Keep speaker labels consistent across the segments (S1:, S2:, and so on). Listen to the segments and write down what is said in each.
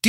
S1: Do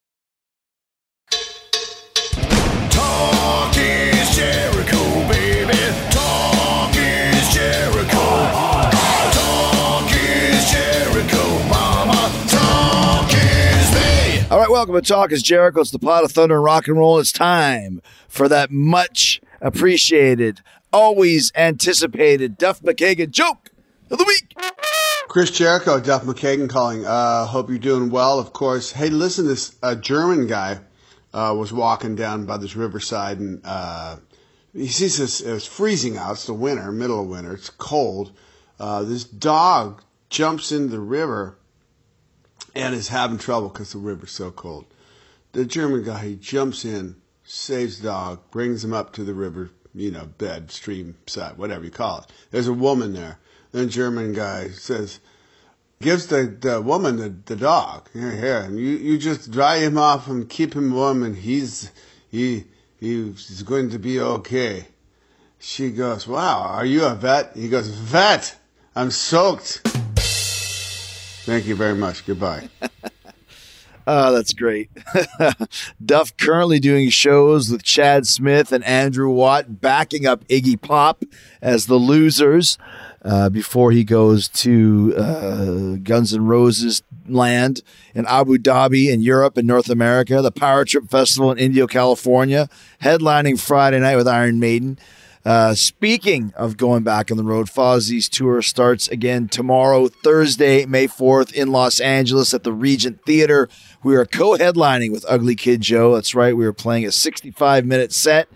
S2: Talk is Jericho, baby. Talk is Jericho. Talk is Jericho, mama. Talk is me.
S3: All right, welcome to Talk is Jericho. It's the pot of thunder and rock and roll. It's time for that much appreciated, always anticipated Duff McKagan joke of the week.
S4: Chris Jericho, Duff McKagan calling. Uh, hope you're doing well, of course. Hey, listen, this uh, German guy uh, was walking down by this riverside and uh, he sees this. It was freezing out. It's the winter, middle of winter. It's cold. Uh, this dog jumps into the river and is having trouble because the river's so cold. The German guy, he jumps in, saves the dog, brings him up to the river, you know, bed, stream, side, whatever you call it. There's a woman there. Then German guy says, gives the, the woman the, the dog. Here, here. And you, you just dry him off and keep him warm and he's, he, he's going to be okay. She goes, wow, are you a vet? He goes, vet, I'm soaked. Thank you very much. Goodbye.
S3: Oh, that's great. Duff currently doing shows with Chad Smith and Andrew Watt, backing up Iggy Pop as the losers uh, before he goes to uh, Guns N' Roses land in Abu Dhabi in Europe and North America, the Power Trip Festival in Indio, California, headlining Friday night with Iron Maiden. Uh, speaking of going back on the road, Fozzie's tour starts again tomorrow, Thursday, May 4th, in Los Angeles at the Regent Theater. We are co headlining with Ugly Kid Joe. That's right, we are playing a 65 minute set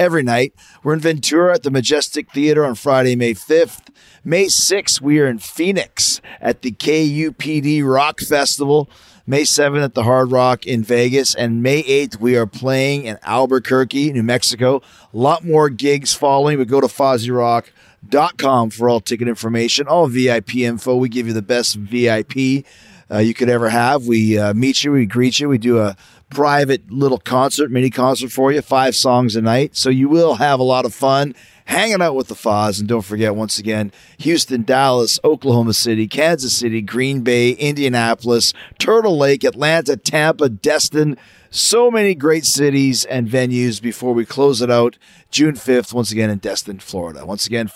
S3: every night. We're in Ventura at the Majestic Theater on Friday, May 5th. May 6th, we are in Phoenix at the KUPD Rock Festival. May 7th at the Hard Rock in Vegas. And May 8th, we are playing in Albuquerque, New Mexico. A lot more gigs following, but go to FozzyRock.com for all ticket information, all VIP info. We give you the best VIP uh, you could ever have. We uh, meet you, we greet you, we do a private little concert, mini concert for you, five songs a night. So you will have a lot of fun hanging out with the Foz. And don't forget, once again, Houston, Dallas, Oklahoma City, Kansas City, Green Bay, Indianapolis, Turtle Lake, Atlanta, Tampa, Destin. So many great cities and venues before we close it out June 5th, once again in Destin, Florida. Once again,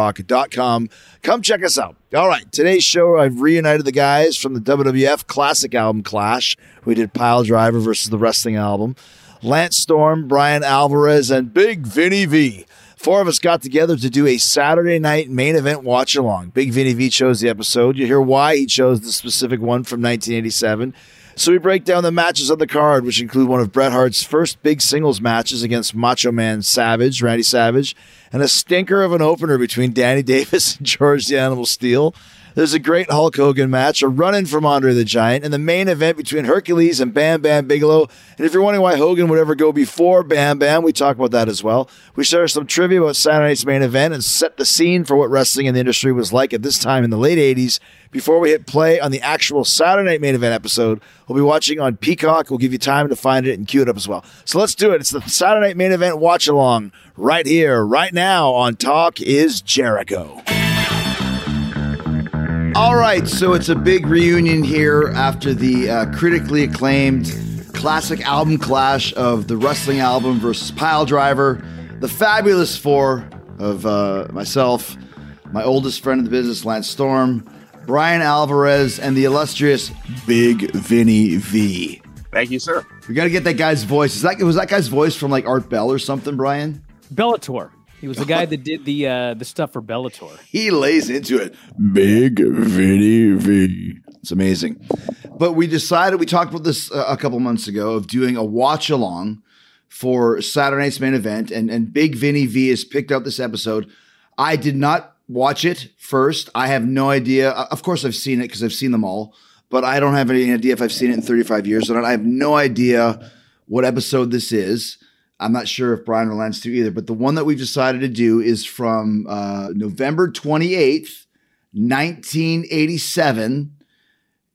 S3: FozzyRock.com. Come check us out. All right, today's show, I've reunited the guys from the WWF classic album Clash. We did Pile Driver versus the wrestling album. Lance Storm, Brian Alvarez, and Big Vinny V. Four of us got together to do a Saturday night main event watch along. Big Vinny V chose the episode. You hear why he chose the specific one from 1987. So we break down the matches on the card, which include one of Bret Hart's first big singles matches against Macho Man Savage, Randy Savage, and a stinker of an opener between Danny Davis and George the Animal Steel. There's a great Hulk Hogan match, a run in from Andre the Giant, and the main event between Hercules and Bam Bam Bigelow. And if you're wondering why Hogan would ever go before Bam Bam, we talk about that as well. We share some trivia about Saturday night's main event and set the scene for what wrestling in the industry was like at this time in the late 80s. Before we hit play on the actual Saturday night main event episode, we'll be watching on Peacock. We'll give you time to find it and queue it up as well. So let's do it. It's the Saturday night main event watch along right here, right now on Talk is Jericho. All right, so it's a big reunion here after the uh, critically acclaimed classic album clash of the wrestling album versus Pile Driver. The fabulous four of uh, myself, my oldest friend in the business, Lance Storm, Brian Alvarez, and the illustrious Big Vinny V.
S5: Thank you, sir.
S3: We got to get that guy's voice. Is that was that guy's voice from like Art Bell or something, Brian?
S6: Bellator. He was the guy that did the uh, the stuff for Bellator.
S3: He lays into it. Big Vinny V. It's amazing. But we decided we talked about this uh, a couple months ago of doing a watch along for Saturday night's main event, and and Big Vinny V has picked up this episode. I did not watch it first. I have no idea. Uh, Of course, I've seen it because I've seen them all, but I don't have any idea if I've seen it in 35 years or not. I have no idea what episode this is. I'm not sure if Brian or Lance do either, but the one that we've decided to do is from uh, November 28th, 1987.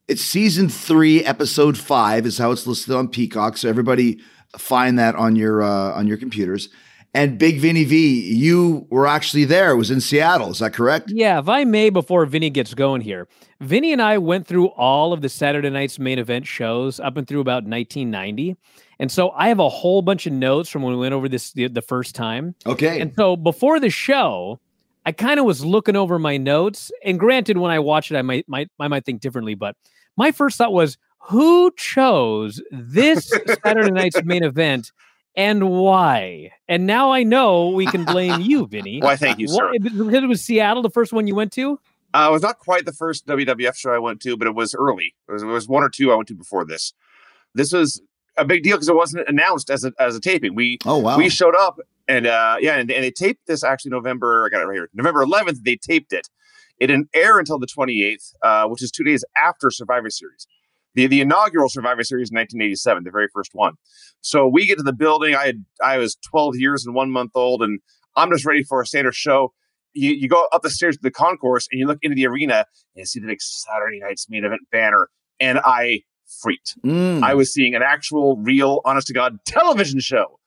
S3: It's season three, episode five is how it's listed on Peacock. So everybody find that on your uh, on your computers. And Big Vinny V, you were actually there. It was in Seattle. Is that correct?
S6: Yeah, if I may, before Vinny gets going here, Vinny and I went through all of the Saturday night's main event shows up and through about 1990, and so I have a whole bunch of notes from when we went over this the, the first time.
S3: Okay.
S6: And so before the show, I kind of was looking over my notes. And granted, when I watch it, I might might I might think differently, but my first thought was, who chose this Saturday night's main event and why? And now I know we can blame you, Vinny.
S5: Why, thank you, sir.
S6: Why- because it was Seattle, the first one you went to?
S5: Uh, it was not quite the first WWF show I went to, but it was early. It was, it was one or two I went to before this. This was a big deal because it wasn't announced as a, as a taping. We
S3: Oh wow.
S5: we showed up and uh, yeah, and, and they taped this actually November. I got it right here. November 11th, they taped it. It didn't air until the 28th, uh, which is two days after Survivor Series, the the inaugural Survivor Series in 1987, the very first one. So we get to the building. I had, I was 12 years and one month old, and I'm just ready for a standard show. You, you go up the stairs to the concourse and you look into the arena and you see the big Saturday night's main event banner, and I freaked.
S3: Mm.
S7: Hmm.
S5: I was seeing an actual, real, honest to God television show.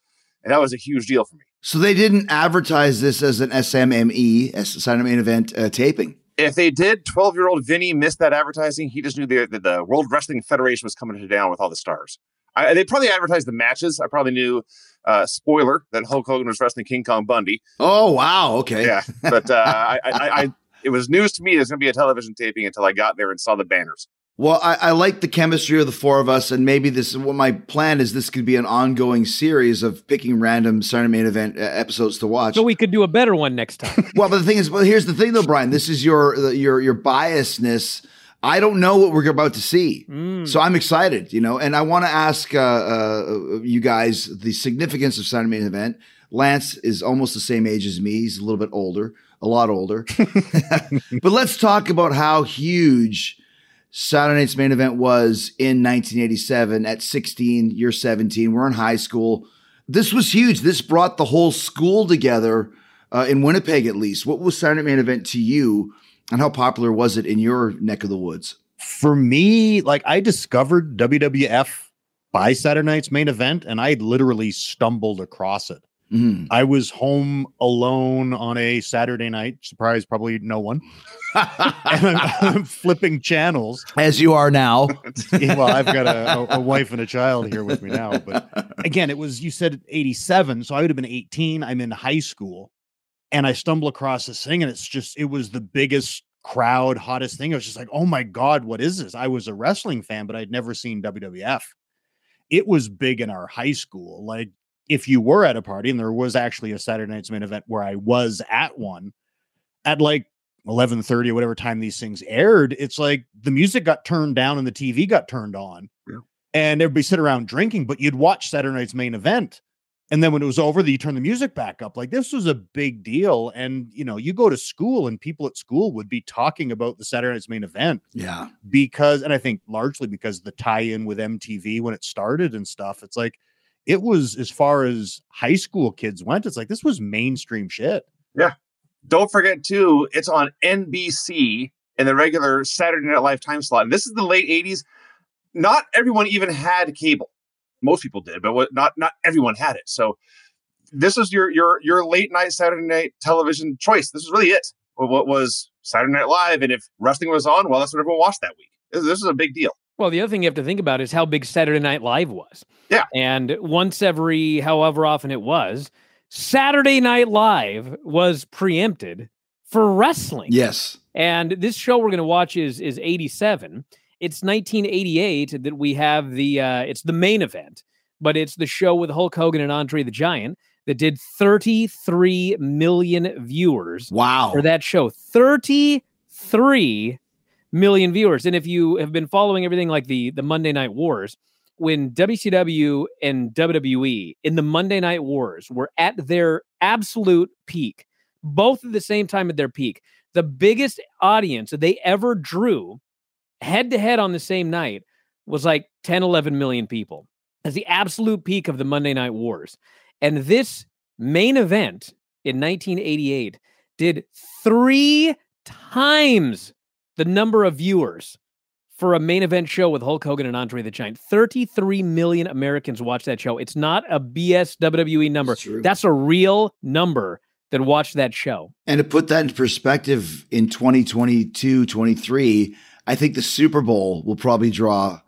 S5: And that was a huge deal for me.
S3: so they didn't advertise this as an SMME, E, as Saturday main event uh, taping.
S5: If they did, 12 year old Vinny missed that advertising. He just knew the, that the World Wrestling Federation was coming to town with all the stars. I, they probably advertised the matches. I probably knew, uh, spoiler, that Hulk Hogan was wrestling King Kong Bundy.
S3: Oh wow. Okay.
S5: Yeah. But uh, I, I, I, I, it was news to me there's going to be a television taping until I got there and saw the banners.
S3: Well, I, I like the chemistry of the four of us, and maybe this. What my plan is, this could be an ongoing series of picking random Saturday main event uh, episodes to watch.
S6: So we could do a better one next time.
S3: well, but the thing is, well, here's the thing though, Brian. This is your your your biasness. I don't know what we're about to see, so I'm excited. You know, and I want to ask uh, uh, you guys the significance of Saturday main event. Lance is almost the same age as me. He's a little bit older, a lot older. but let's talk about how huge Saturday night's main event was in 1987. At 16, you're 17. We're in high school. This was huge. This brought the whole school together uh, in Winnipeg, at least. What was Saturday Night main event to you, and how popular was it in your neck of the woods?
S8: for me, like I discovered WWF by Saturday night's main event, and I literally stumbled across it.
S3: Mhm.
S8: I was home alone on a Saturday night. Surprise, probably no one. and I'm, I'm flipping channels.
S3: As you are now.
S8: Well, I've got a, a, a wife and a child here with me now. But again, it was you said 87, so I would have been 18. I'm in high school, and I stumble across this thing, and it's just it was the biggest crowd, hottest thing. I was just like, oh my god, what is this? I was a wrestling fan, but I'd never seen WWF. It was big in our high school. Like if you were at a party, and there was actually a Saturday night's main event where I was at one, at like 11:30 or whatever time these things aired, it's like the music got turned down and the TV got turned on.
S5: Yeah.
S8: And everybody sit around drinking, but you'd watch Saturday night's main event. And then when it was over, you turn the music back up. Like this was a big deal. And you know, you go to school and people at school would be talking about the Saturday night's main event
S3: Yeah.
S8: because and I think largely because the tie-in with MTV when it started and stuff. It's like it was as far as high school kids went, it's like this was mainstream shit.
S5: Don't forget, too, it's on NBC in the regular Saturday Night Live time slot. And this is the late 80s. Not everyone even had cable. Most people did, but what, not not everyone had it. So this is your your your late night Saturday night television choice. This is really it. What- What was Saturday Night Live, and if wrestling was on, well, that's what everyone watched that week. This, this is a big deal.
S6: well, the other thing you have to think about is how big Saturday Night Live was.
S5: Yeah.
S6: And once every however often it was, Saturday Night Live was preempted for wrestling.
S3: Yes.
S6: And this show we're going to watch is is 87. It's 1988 that we have the uh, it's the main event, but it's the show with Hulk Hogan and Andre the Giant that did 33 million viewers
S1: Wow.
S6: for that show. 33 million viewers. And if you have been following everything like the the Monday Night Wars, when WCW and WWE in the Monday Night Wars were at their absolute peak, both at the same time at their peak, the biggest audience that they ever drew head to head on the same night was like 10 11 million people. That's the absolute peak of the Monday Night Wars. And this main event in 1988 did three times the number of viewers for a main event show with Hulk Hogan and Andre the Giant. 33 million Americans watched that show. It's not a BS WWE E number.
S7: It's true.
S6: That's a real number that watched that show.
S7: And to put that into perspective, in 2022, 23, I think the Super Bowl will probably draw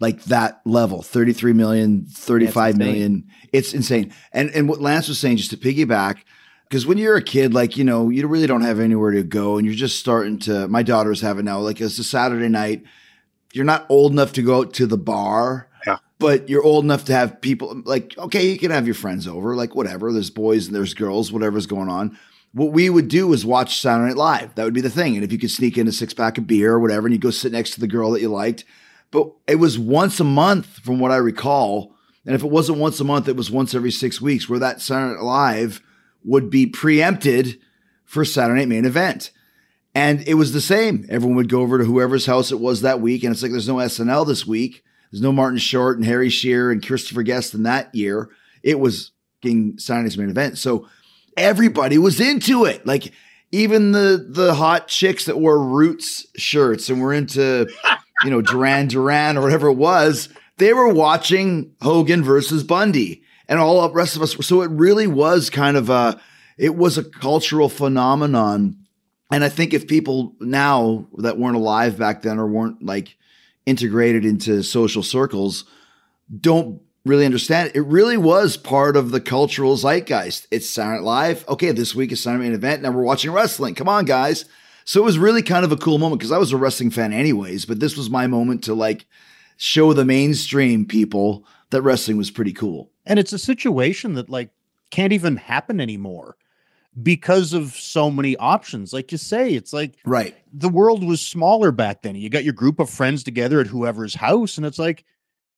S7: like that level 33 million, 35
S6: insane.
S7: million. It's insane. And, and what Lance was saying, just to piggyback, because when you're a kid, like, you know, you really don't have anywhere to go and you're just starting to, my daughters have it now, like it's a Saturday night. You're not old enough to go out to the bar but you're old enough to have people like okay you can have your friends over like whatever there's boys and there's girls whatever's going on what we would do is watch saturday night live that would be the thing and if you could sneak in a six-pack of beer or whatever and you go sit next to the girl that you liked but it was once a month from what i recall and if it wasn't once a month it was once every six weeks where that saturday night live would be preempted for saturday night main event and it was the same. Everyone would go over to whoever's house it was that week. And it's like, there's no SNL this week. There's no Martin Short and Harry Shearer and Christopher Guest in that year. It was King Saturday's main event. So everybody was into it. Like even the, the hot chicks that wore Roots shirts and were into, you know, Duran Duran or whatever it was, they were watching Hogan versus Bundy and all the rest of us. So it really was kind of a, it was a cultural phenomenon and I think if people now that weren't alive back then or weren't like integrated into social circles don't really understand it, it really was part of the cultural zeitgeist. It's Saturday Night Live. Okay, this week is Saturday Night Event. Now we're watching wrestling. Come on, guys. So it was really kind of a cool moment because I was a wrestling fan anyways, but this was my moment to like show the mainstream people that wrestling was pretty cool.
S8: and it's a situation that like can't even happen anymore because of so many options like you say it's like
S7: Right.
S8: the world was smaller back then you got your group of friends together at whoever's house and it's like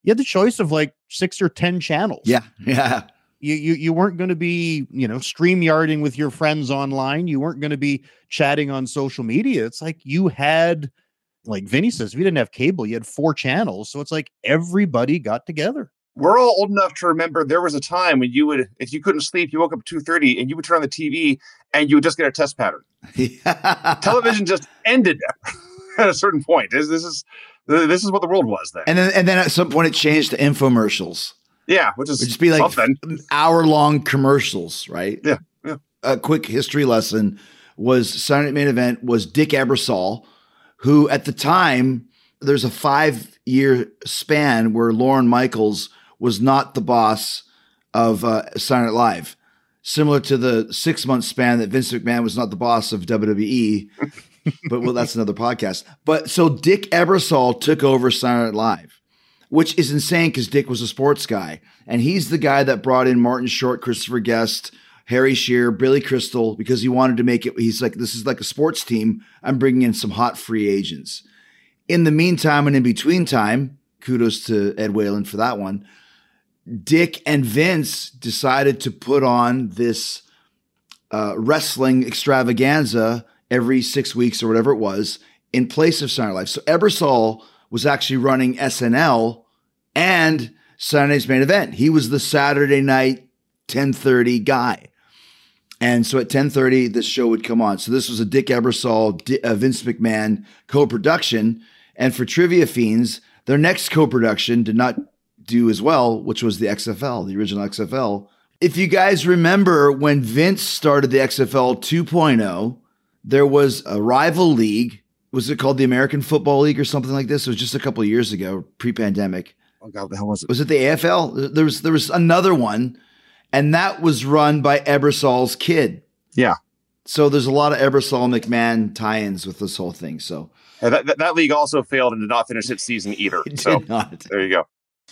S8: you had the choice of like six or ten channels
S7: Yeah. Yeah.
S8: you you, you weren't going to be you know stream yarding with your friends online you weren't going to be chatting on social media it's like you had like vinny says if you didn't have cable you had four channels so it's like everybody got together
S5: we're all old enough to remember there was a time when you would, if you couldn't sleep, you woke up at 2.30 and you would turn on the TV and you would just get a test pattern. Television just ended at a certain point. This, this is this is what the world was then.
S7: and then and then at some point it changed to infomercials.
S5: yeah, which is
S7: It'd just be like
S5: something.
S7: hour long commercials, right?
S5: Yeah, yeah.
S7: A quick history lesson was Saturday Night Main Event was Dick Ebersol, who at the time there's a five year span where Lauren Michaels was not the boss of uh, Saturday Night Live. Similar to the six month span that Vince McMahon was not the boss of WWE, but well, that's another podcast. But so Dick Ebersol took over Saturday Night Live which is insane because Dick was a sports guy, and he's the guy that brought in Martin Short, Christopher Guest, Harry Shearer, Billy Crystal because he wanted to make it. He's like, this is like a sports team. I'm bringing in some hot free agents. In the meantime and in between time, kudos to Ed Whalen for that one. Dick and Vince decided to put on this uh, wrestling extravaganza every six weeks or whatever it was in place of Saturday Night Live. So Ebersol was actually running SNL and Saturday's main event. He was the Saturday night 10:30 guy. And so at 10:30 this show would come on. So this was a Dick Ebersol, Di- uh, Vince McMahon co-production and for trivia fiends, their next co-production did not do as well, which was the XFL, the original XFL. If you guys remember when Vince started the XFL 2.0, oh, there was a rival league. Was it called the American Football League or something like this? It was just a couple of years ago, pre-pandemic.
S5: Oh, God, what the hell was it?
S7: Was it the AFL? There was there was another one, and that was run by Ebersol's kid.
S5: Yeah.
S7: So there's a lot of Ebersol McMahon tie-ins with this whole thing. So
S5: And that, that, that league also failed and did not finish its season either.
S7: it did
S5: So
S7: not.
S5: there you go.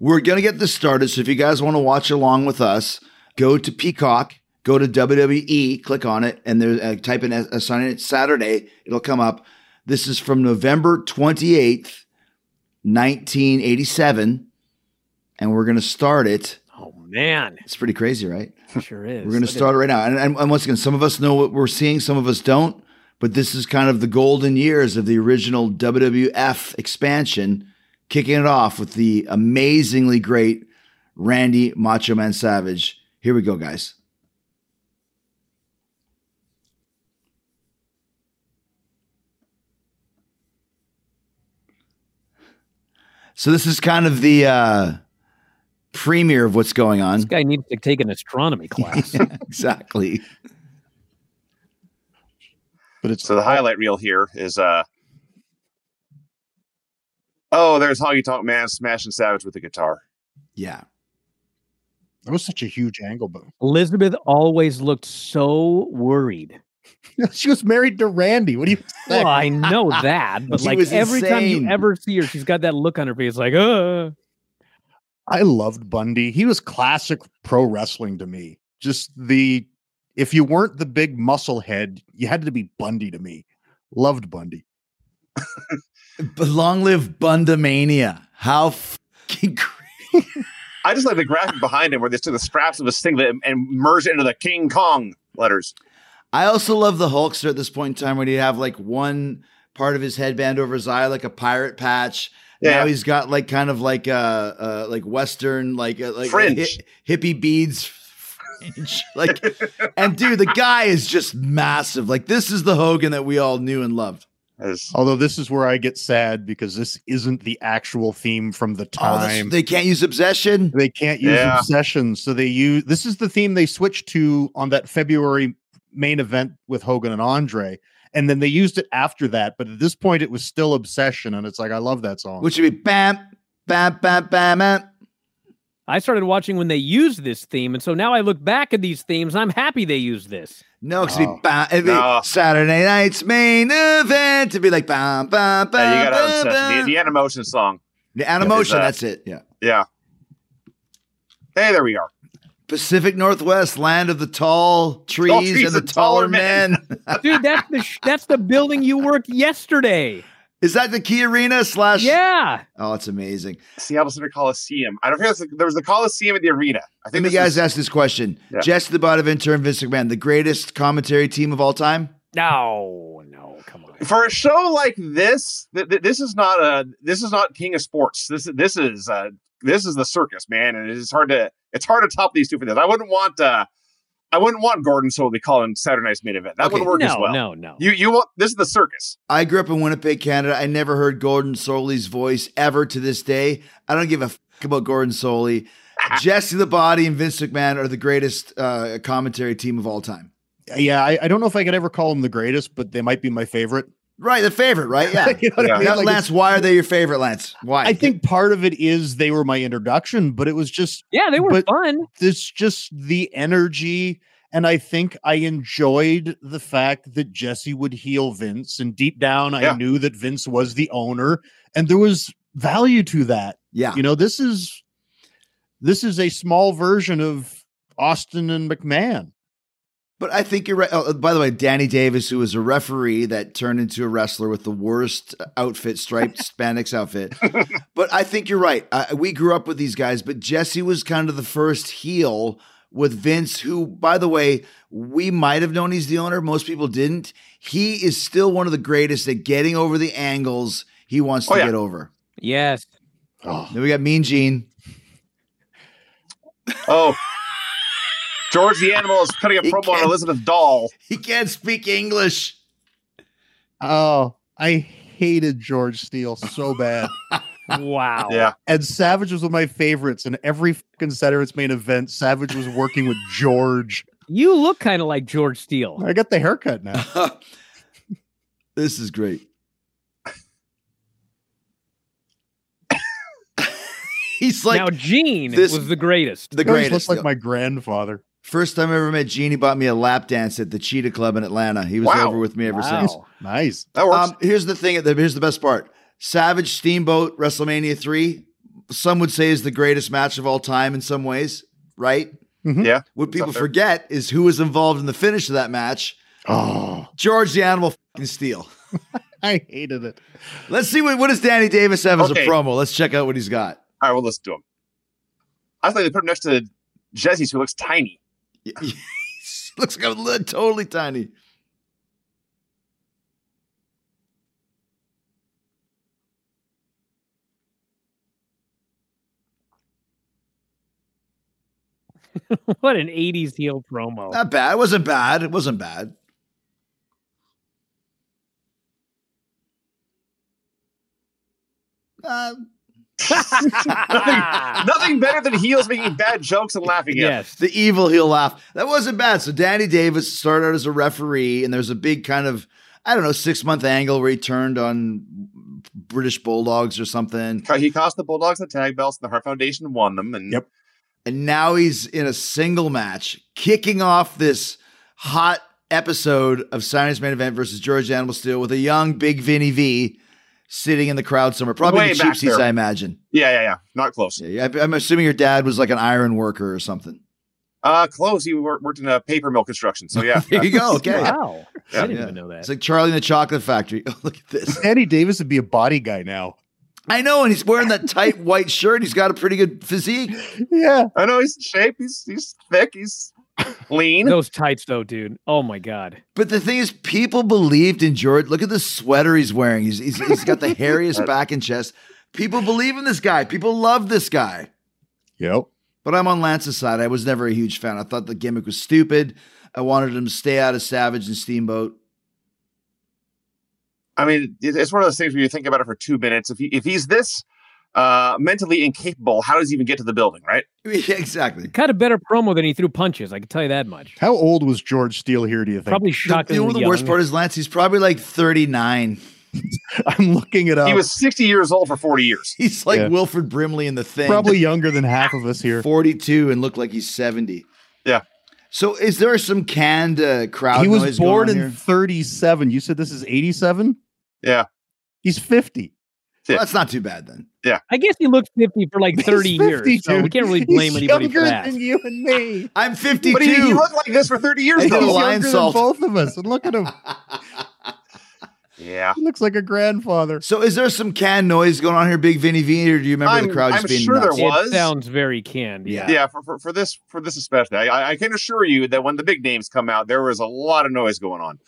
S7: We're going to get this started. So if you guys want to watch along with us, go to Peacock, go to WWE, click on it, and there, uh, type in a, a sign in Saturday. It'll come up. This is from November 28th, 1987. And we're going to start it.
S6: Oh man,
S7: It's pretty crazy, right?
S6: it sure is.
S7: We're going to
S6: Look at
S7: start it right now. And, and, and once again, some of us know what we're seeing, some of us don't. But this is kind of the golden years of the original WWF expansion, kicking it off with the amazingly great Randy Macho Man Savage. Here we go, guys. So this is kind of the uh, premiere of what's going on.
S6: This guy needs to take an astronomy class.
S7: exactly.
S8: But it's
S5: So the highlight reel here is uh Oh, there's Honky Tonk Man smashing Savage with a guitar.
S7: Yeah.
S8: that was such a huge angle, but
S6: Elizabeth always looked so worried.
S8: she was married to Randy. What do you
S6: Well,
S8: think?
S6: I know that, but
S7: She
S6: like
S7: was
S6: every time
S7: insane.
S6: you ever see her, she's got that look on her face, like, uh
S8: I loved Bundy. He was classic pro wrestling to me. Just the if you weren't the big muscle head, you had to be Bundy to me. Loved Bundy.
S7: But long live Bundamania. How fucking crazy.
S5: I just like the graphic behind him where they took the straps of his singlet and, and merged it into the King Kong letters.
S7: I also love the Hulkster at this point in time when he'd have like one part of his headband over his eye, like a pirate patch. Now
S5: Yeah.
S7: he's got like kind of like uh, uh like Western like uh, like
S5: Fringe.
S7: hi- hippie beads fringe. like and dude the guy is just massive like this is the Hogan that we all knew and loved
S5: As-
S8: Although this is where I get sad because this isn't the actual theme from the
S7: oh this-
S8: time.
S7: they can't use obsession
S8: They can't use
S5: Yeah.
S8: obsession. So they use this is the theme they switched to on that February main event with Hogan and Andre. And then they used it after that. But at this point, it was still obsession. And it's like, I love that song.
S7: which would be bam bam bam bam bam
S6: I started watching when they used this theme, and so now I look back at these themes and I'm happy they used this.
S7: No, because
S8: No.
S7: it'd be, ba- it'd be
S5: Oh. No.
S7: Saturday night's main event. It'd be like bam, bam, bam,
S5: yeah, you got
S7: bam,
S5: obsession. The,
S7: bam.
S5: the Animotion song.
S7: The Animotion,
S5: uh,
S7: that's it. Yeah.
S5: Yeah. Hey, there we are.
S7: Pacific Northwest, land of the tall trees, and
S5: trees
S7: the taller men.
S6: Dude, that's the sh- that's the building you worked yesterday.
S7: Is that the Key Arena slash?
S6: Yeah.
S7: Oh, it's amazing.
S5: Seattle Center Coliseum. I don't think that's- there was the Coliseum at the arena. I
S7: Let
S5: think
S7: me
S5: this
S7: guys
S5: is-
S7: ask this question.
S5: Yeah.
S7: Jess the Bot of Intern Vince McMahon, the greatest commentary team of all time?
S6: No, no, come on.
S5: for a show like this, th- th- this is not a this is not king of sports. This this is uh, this is the circus, man, and it's hard to it's hard to top these two for this. I wouldn't want uh, I wouldn't want Gordon Soley calling Saturday Night's main event. That
S7: Okay.
S5: wouldn't work as
S6: no,
S5: well.
S6: no, no.
S5: You you want this is the circus.
S7: I grew up in Winnipeg, Canada. I never heard Gordon Soley's voice ever to this day. I don't give a f- about Gordon Soley. Jesse the Body and Vince McMahon are the greatest uh, commentary team of all time.
S8: yeah, I, I don't know if I could ever call them the greatest, but they might be my favorite.
S7: Right, the favorite, right? Yeah.
S8: You know what
S5: Yeah.
S8: I, mean?
S7: Now,
S8: Like,
S7: Lance, why are they your favorite, Lance? Why?
S8: I think part of it is they were my introduction, but it was just
S6: Yeah, they were
S8: But-
S6: fun.
S8: it's just the energy. And I think I enjoyed the fact that Jesse would heal Vince. And deep down,
S5: Yeah.
S8: I knew that Vince was the owner, and there was value to that.
S7: Yeah.
S5: Ah.
S8: You know, this is this is a small version of Austin and McMahon.
S7: But I think you're right. Oh, by the way, Danny Davis, who was a referee that turned into a wrestler with the worst outfit, striped spandex outfit. But I think you're right. Uh, we grew up with these guys, but Jesse was kind of the first heel with Vince, who, by the way, we might have known he's the owner. Most people didn't. He is still one of the greatest at getting over the angles he wants
S5: Oh,
S7: to
S5: yeah.
S7: get over.
S6: Yes.
S8: Oh,
S7: Then we got Mean Gene.
S5: Oh, George the Animal is cutting a
S7: He
S5: promo on
S7: can't-
S5: Elizabeth Doll.
S7: He can't speak English.
S8: Oh, I hated George Steele so bad.
S6: Wow.
S5: Yeah.
S8: and Savage was one of my favorites. And every fucking Saturday's main event, Savage was working with George.
S6: You look kind of like George Steele.
S8: I got the haircut now.
S7: this is great. He's like
S6: now, Gene
S7: this-
S6: was the greatest.
S7: the
S8: He always looks
S7: greatest.
S8: like my grandfather.
S7: First time I ever met Gene, he bought me a lap dance at the Cheetah Club in Atlanta. He was
S5: Wow.
S7: over with me ever since.
S6: Wow.
S8: Nice.
S5: That works.
S7: Um, here's the thing. Here's the best part. Savage Steamboat WrestleMania three. Some would say is the greatest match of all time in some ways, right?
S8: Mhm.
S5: Yeah,
S7: What people
S5: up there.
S7: forget is who was involved in the finish of that match.
S8: Oh,
S7: George the Animal fucking Steel.
S8: I hated it.
S7: Let's see what what does Danny Davis have as
S5: Okay.
S7: a promo. Let's check out what he's got.
S5: All right, we'll listen to him. I thought they put him next to Jesse's, who looks tiny.
S7: Looks like a little, totally tiny.
S6: what an 80s heel promo.
S7: Not bad. It wasn't bad. It wasn't bad. Uh,
S5: Nothing better than heels making bad jokes and laughing at.
S6: yes.
S7: the evil heel laugh. That wasn't bad. So Danny Davis started out as a referee, and there's a big kind of I don't know six month angle where he turned on British Bulldogs or something.
S5: Uh, He cost the Bulldogs the tag belts, and the Heart Foundation won them. And
S8: Yep.
S7: And now he's in a single match, kicking off this hot episode of Saturday's main event versus George Animal Steel with a young Big Vinny V sitting in the crowd somewhere, probably
S5: Way
S7: in the cheap
S5: back
S7: seats,
S5: there.
S7: I imagine.
S5: yeah, yeah, yeah, not close.
S7: Yeah, I- I'm assuming your dad was like an iron worker or something.
S5: Uh, close. He wor- worked in a paper mill construction, so yeah.
S7: There you go. Okay.
S6: Wow. I didn't
S7: Yeah.
S6: even know that.
S7: It's like Charlie in the Chocolate Factory. Oh, look at this.
S8: Eddie Davis would be a body guy now.
S7: I know, and he's wearing that tight white shirt. He's got a pretty good physique.
S8: Yeah.
S5: I know he's in shape. He's he's thick. He's lean.
S6: Those tights, though, dude. Oh, my God.
S7: But the thing is, people believed in George. Look at the sweater he's wearing. He's he's, he's got the hairiest back and chest. People believe in this guy. People love this guy.
S8: Yep.
S7: But I'm on Lance's side. I was never a huge fan. I thought the gimmick was stupid. I wanted him to stay out of Savage and Steamboat.
S5: I mean, it- it's one of those things where you think about it for two minutes. If he, if he's this uh, mentally incapable, how does he even get to the building? Right?
S7: Yeah, exactly.
S6: Got a better promo than he threw punches. I can tell you that much.
S8: How old was George Steele here, do you think?
S6: Probably
S7: The,
S6: shockingly
S7: you know, the
S6: young.
S7: worst part is Lance. He's probably like 39.
S8: I'm looking it up.
S5: he
S7: Oh.
S5: was sixty years old for forty years.
S7: He's like
S8: Yeah.
S7: Wilfred Brimley in the thing.
S8: probably younger than half of us here.
S7: 42 and look like he's 70.
S5: Yeah.
S7: So is there some canned uh, crowd
S8: He was
S7: noise
S8: born
S7: going
S8: in
S7: on here?
S8: 37. You said this is 87?
S5: Yeah.
S8: He's 50.
S7: Well, that's not too bad then.
S6: I guess he looked 50 for like
S8: He's
S6: 30 years.
S8: 50,
S6: So we
S8: dude.
S6: can't really
S8: He's
S6: blame anybody for
S8: younger
S6: that.
S8: than you and me.
S7: I'm 52.
S5: But he, he looked like this for thirty years
S7: Hey,
S8: He's
S7: the
S5: though.
S7: hello. lion
S8: younger than
S7: salt.
S8: both of us. And look at him.
S5: Yeah.
S8: He looks like a grandfather.
S7: so is there some canned noise going on here, Big Vinny V, or do you remember
S5: I'm-
S7: the crowd just
S5: I'm
S7: being
S5: sure there
S7: nuts?
S5: was.
S6: It sounds very canned.
S7: Yeah.
S6: Yeah.
S5: Yeah, for, for, for this for this especially, I, I- I can assure you that when the big names come out, there was a lot of noise going on.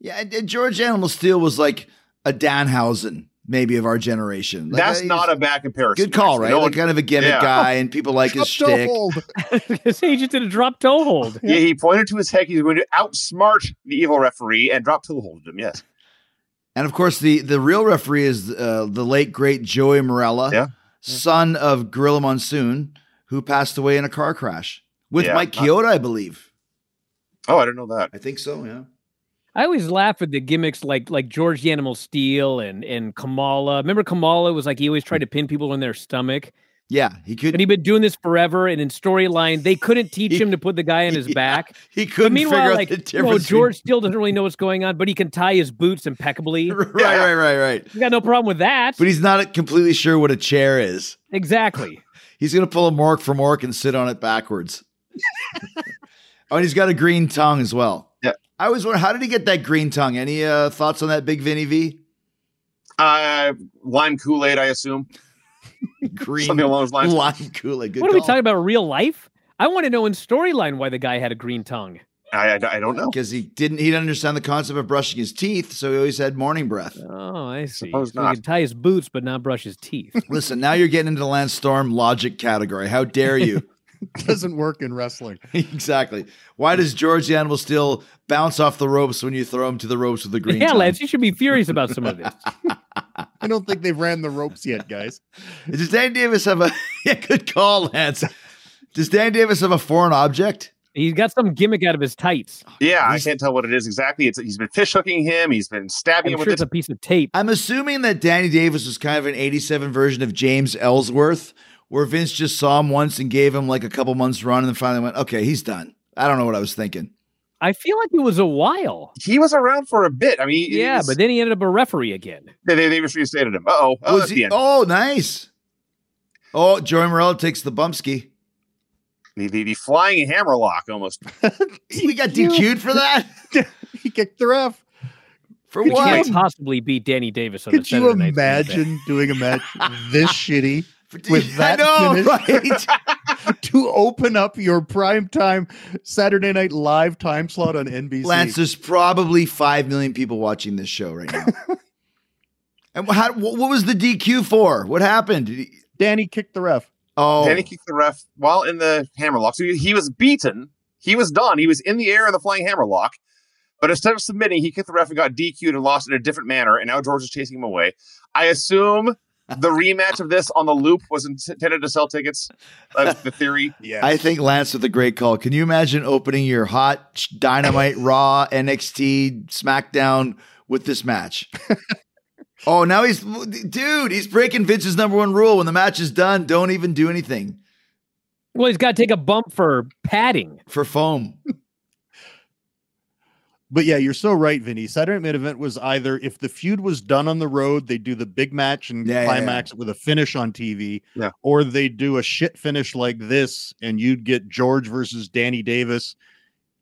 S7: Yeah, and- and George Animal Steel was like a Danhausen, maybe of our generation. Like,
S5: That's
S7: uh,
S5: not a
S7: he's-
S5: bad comparison.
S7: good call,
S5: actually.
S7: right?
S5: No
S7: like
S5: one-
S7: kind of a gimmick
S5: Yeah.
S7: guy, and people like his
S8: Drop
S7: shtick.
S8: toehold.
S6: His agent did a drop toe hold.
S7: uh,
S5: yeah, he pointed to his head. He's going to outsmart the evil referee and drop two hold him. Yes,
S7: And of course, the the real referee is uh, the late great Joey Morella,
S5: Yeah.
S7: son of Gorilla Monsoon, who passed away in a car crash with
S5: Yeah.
S7: Mike Chioda, I believe.
S5: Oh, I didn't know that.
S7: I think so. Yeah.
S6: I always laugh at the gimmicks like like George the Animal Steel and and Kamala. Remember Kamala was like he always tried to pin people in their stomach,
S7: Yeah, he
S6: and
S7: could.
S6: he'd been doing this forever. And in storyline, they couldn't teach
S7: He-
S6: him to put the guy on his
S7: Yeah.
S6: back.
S7: He
S6: But
S7: couldn't figure
S6: meanwhile,
S7: out
S6: like
S7: the
S6: you know,
S7: difference.
S6: George Steele doesn't really know what's going on, but he can tie his boots impeccably.
S7: between- right, right, right, right.
S6: We got no problem with that.
S7: But he's not completely sure what a chair is.
S6: exactly.
S7: He's gonna pull a Mork for Mork and sit on it backwards. oh, and he's got a green tongue as well.
S5: Yeah.
S7: I always wonder how did he get that green tongue? Any uh, thoughts on that, Big Vinny V?
S5: Uh, lime Kool Aid, I assume.
S7: Green
S5: Something along those lines.
S7: lime Kool-Aid. Good
S6: what are we
S7: call.
S6: talking about? Real life? I want to know in storyline why the guy had a green tongue.
S5: I, I, I don't know.
S7: because he didn't he didn't understand the concept of brushing his teeth, so he always had morning breath.
S6: Oh, I see.
S5: Suppose
S6: So
S5: not.
S6: He can tie his boots but not brush his teeth.
S7: Listen, now you're getting into the Lance Storm logic category. How dare you?
S8: doesn't work in wrestling.
S7: exactly. Why does George the Animal Steel bounce off the ropes when you throw him to the ropes with the green?
S6: Yeah,
S7: tie?
S6: Lance, you should be furious about some of this.
S8: I don't think they've ran the ropes yet, guys.
S7: Does Dan Davis have a yeah, good call, Lance? Does Dan Davis have a foreign object?
S6: He's got some gimmick out of his tights.
S5: Yeah, I can't tell what it is exactly. It's he's been fish hooking him. He's been stabbing
S6: I'm
S5: him
S6: sure
S5: with
S6: it's
S5: it.
S6: a piece of tape.
S7: I'm assuming that Danny Davis was kind of an 87 version of James Ellsworth, where Vince just saw him once and gave him like a couple months run and then finally went, okay, he's done. I don't know what I was thinking.
S6: I feel like it was a while.
S5: He was around for a bit. I mean,
S6: Yeah,
S5: it's-
S6: but then he ended up a referee again.
S5: they they, they just restated him. Uh-oh. Oh,
S7: Was
S5: that's
S7: he-
S5: the end.
S7: oh, nice. Oh, Joey Morello takes the bumpski.
S5: The, the, the flying hammerlock almost.
S7: We got DQ'd for that?
S8: He kicked the ref.
S7: For
S6: Could you
S7: what?
S6: possibly beat Danny Davis on a
S8: Could you
S6: Saturday Night's Main Event?
S8: imagine doing a match this shitty
S7: For-
S8: with that
S7: I know,
S8: finish? to open up your prime time Saturday Night Live time slot on NBC?
S7: Lance, there's probably five million people watching this show right now. and how, what, what was the DQ for? What happened? Did he-
S8: Danny kicked the ref.
S7: oh,
S5: Then he kicked the ref while in the hammerlock. So he, he was beaten. He was done. He was in the air in the flying hammerlock. But instead of submitting, he kicked the ref and got DQ'd and lost in a different manner. And now George is chasing him away. I assume the rematch of this on the loop was intended to sell tickets. That's the theory.
S8: Yeah,
S7: I think Lance with a great call. Can you imagine opening your hot sh- dynamite raw NXT SmackDown with this match? oh, now he's dude, he's breaking Vince's number one rule. When the match is done, don't even do anything
S6: Well, he's got to take a bump for padding.
S7: for foam.
S8: But yeah, you're so right, Vinny. Saturday Night Main Event was either if the feud was done on the road, they do the big match and
S7: Yeah, yeah,
S8: climax it with a finish on TV,
S5: Yeah.
S8: or they do a shit finish like this, and you'd get George versus Danny Davis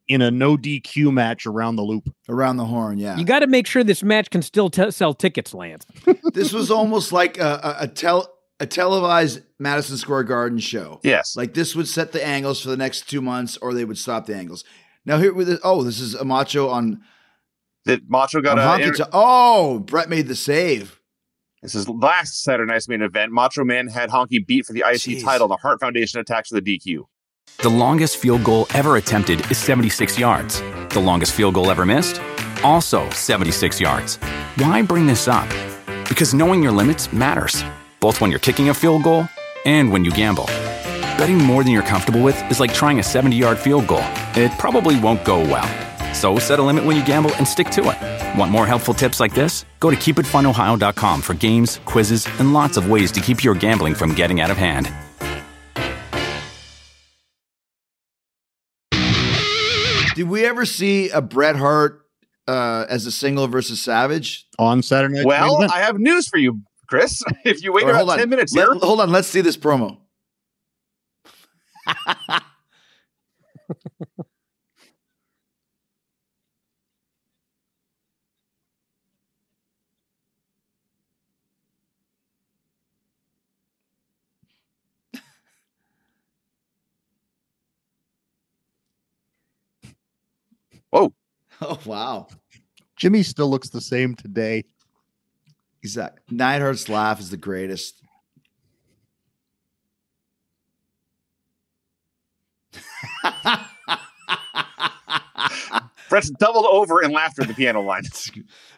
S8: in a no DQ match around the loop.
S7: Around the horn, yeah.
S6: You got to make sure this match can still t- sell tickets, Lance.
S7: this was almost like a, a, a tel a televised Madison Square Garden show.
S5: Yes.
S7: Like this would set the angles for the next two months, or they would stop the angles. Now here with the, oh, this is Amacho on,
S5: That Macho
S7: on
S5: got a.
S7: Honky
S5: inter-
S7: Tonk. Oh, Brett made the save.
S5: This is last Saturday night's main event. Macho Man had Honky beat for the IC
S7: Jeez.
S5: title. The Hart Foundation attacks the DQ.
S9: The longest field goal ever attempted is 76 yards. The longest field goal ever missed? Also 76 yards. Why bring this up? Because knowing your limits matters, both when you're kicking a field goal and when you gamble. Betting more than you're comfortable with is like trying a 70 yard field goal, it probably won't go well. So set a limit when you gamble and stick to it. Want more helpful tips like this? Go to keepitfunohio.com for games, quizzes, and lots of ways to keep your gambling from getting out of hand.
S7: Did we ever see a Bret Hart uh, as a single versus Savage?
S8: On Saturday Night Main
S5: Well,
S8: Event.
S5: I have news for you, Chris. If you wait
S7: Or
S5: about 10 minutes
S7: Let-
S5: here,
S7: hold on. Let's see this promo.
S5: Whoa.
S7: Oh, wow.
S8: Jimmy still looks the same today.
S7: Exactly. Neidhart's laugh is the greatest.
S5: Brett's doubled over in laughter at the piano line.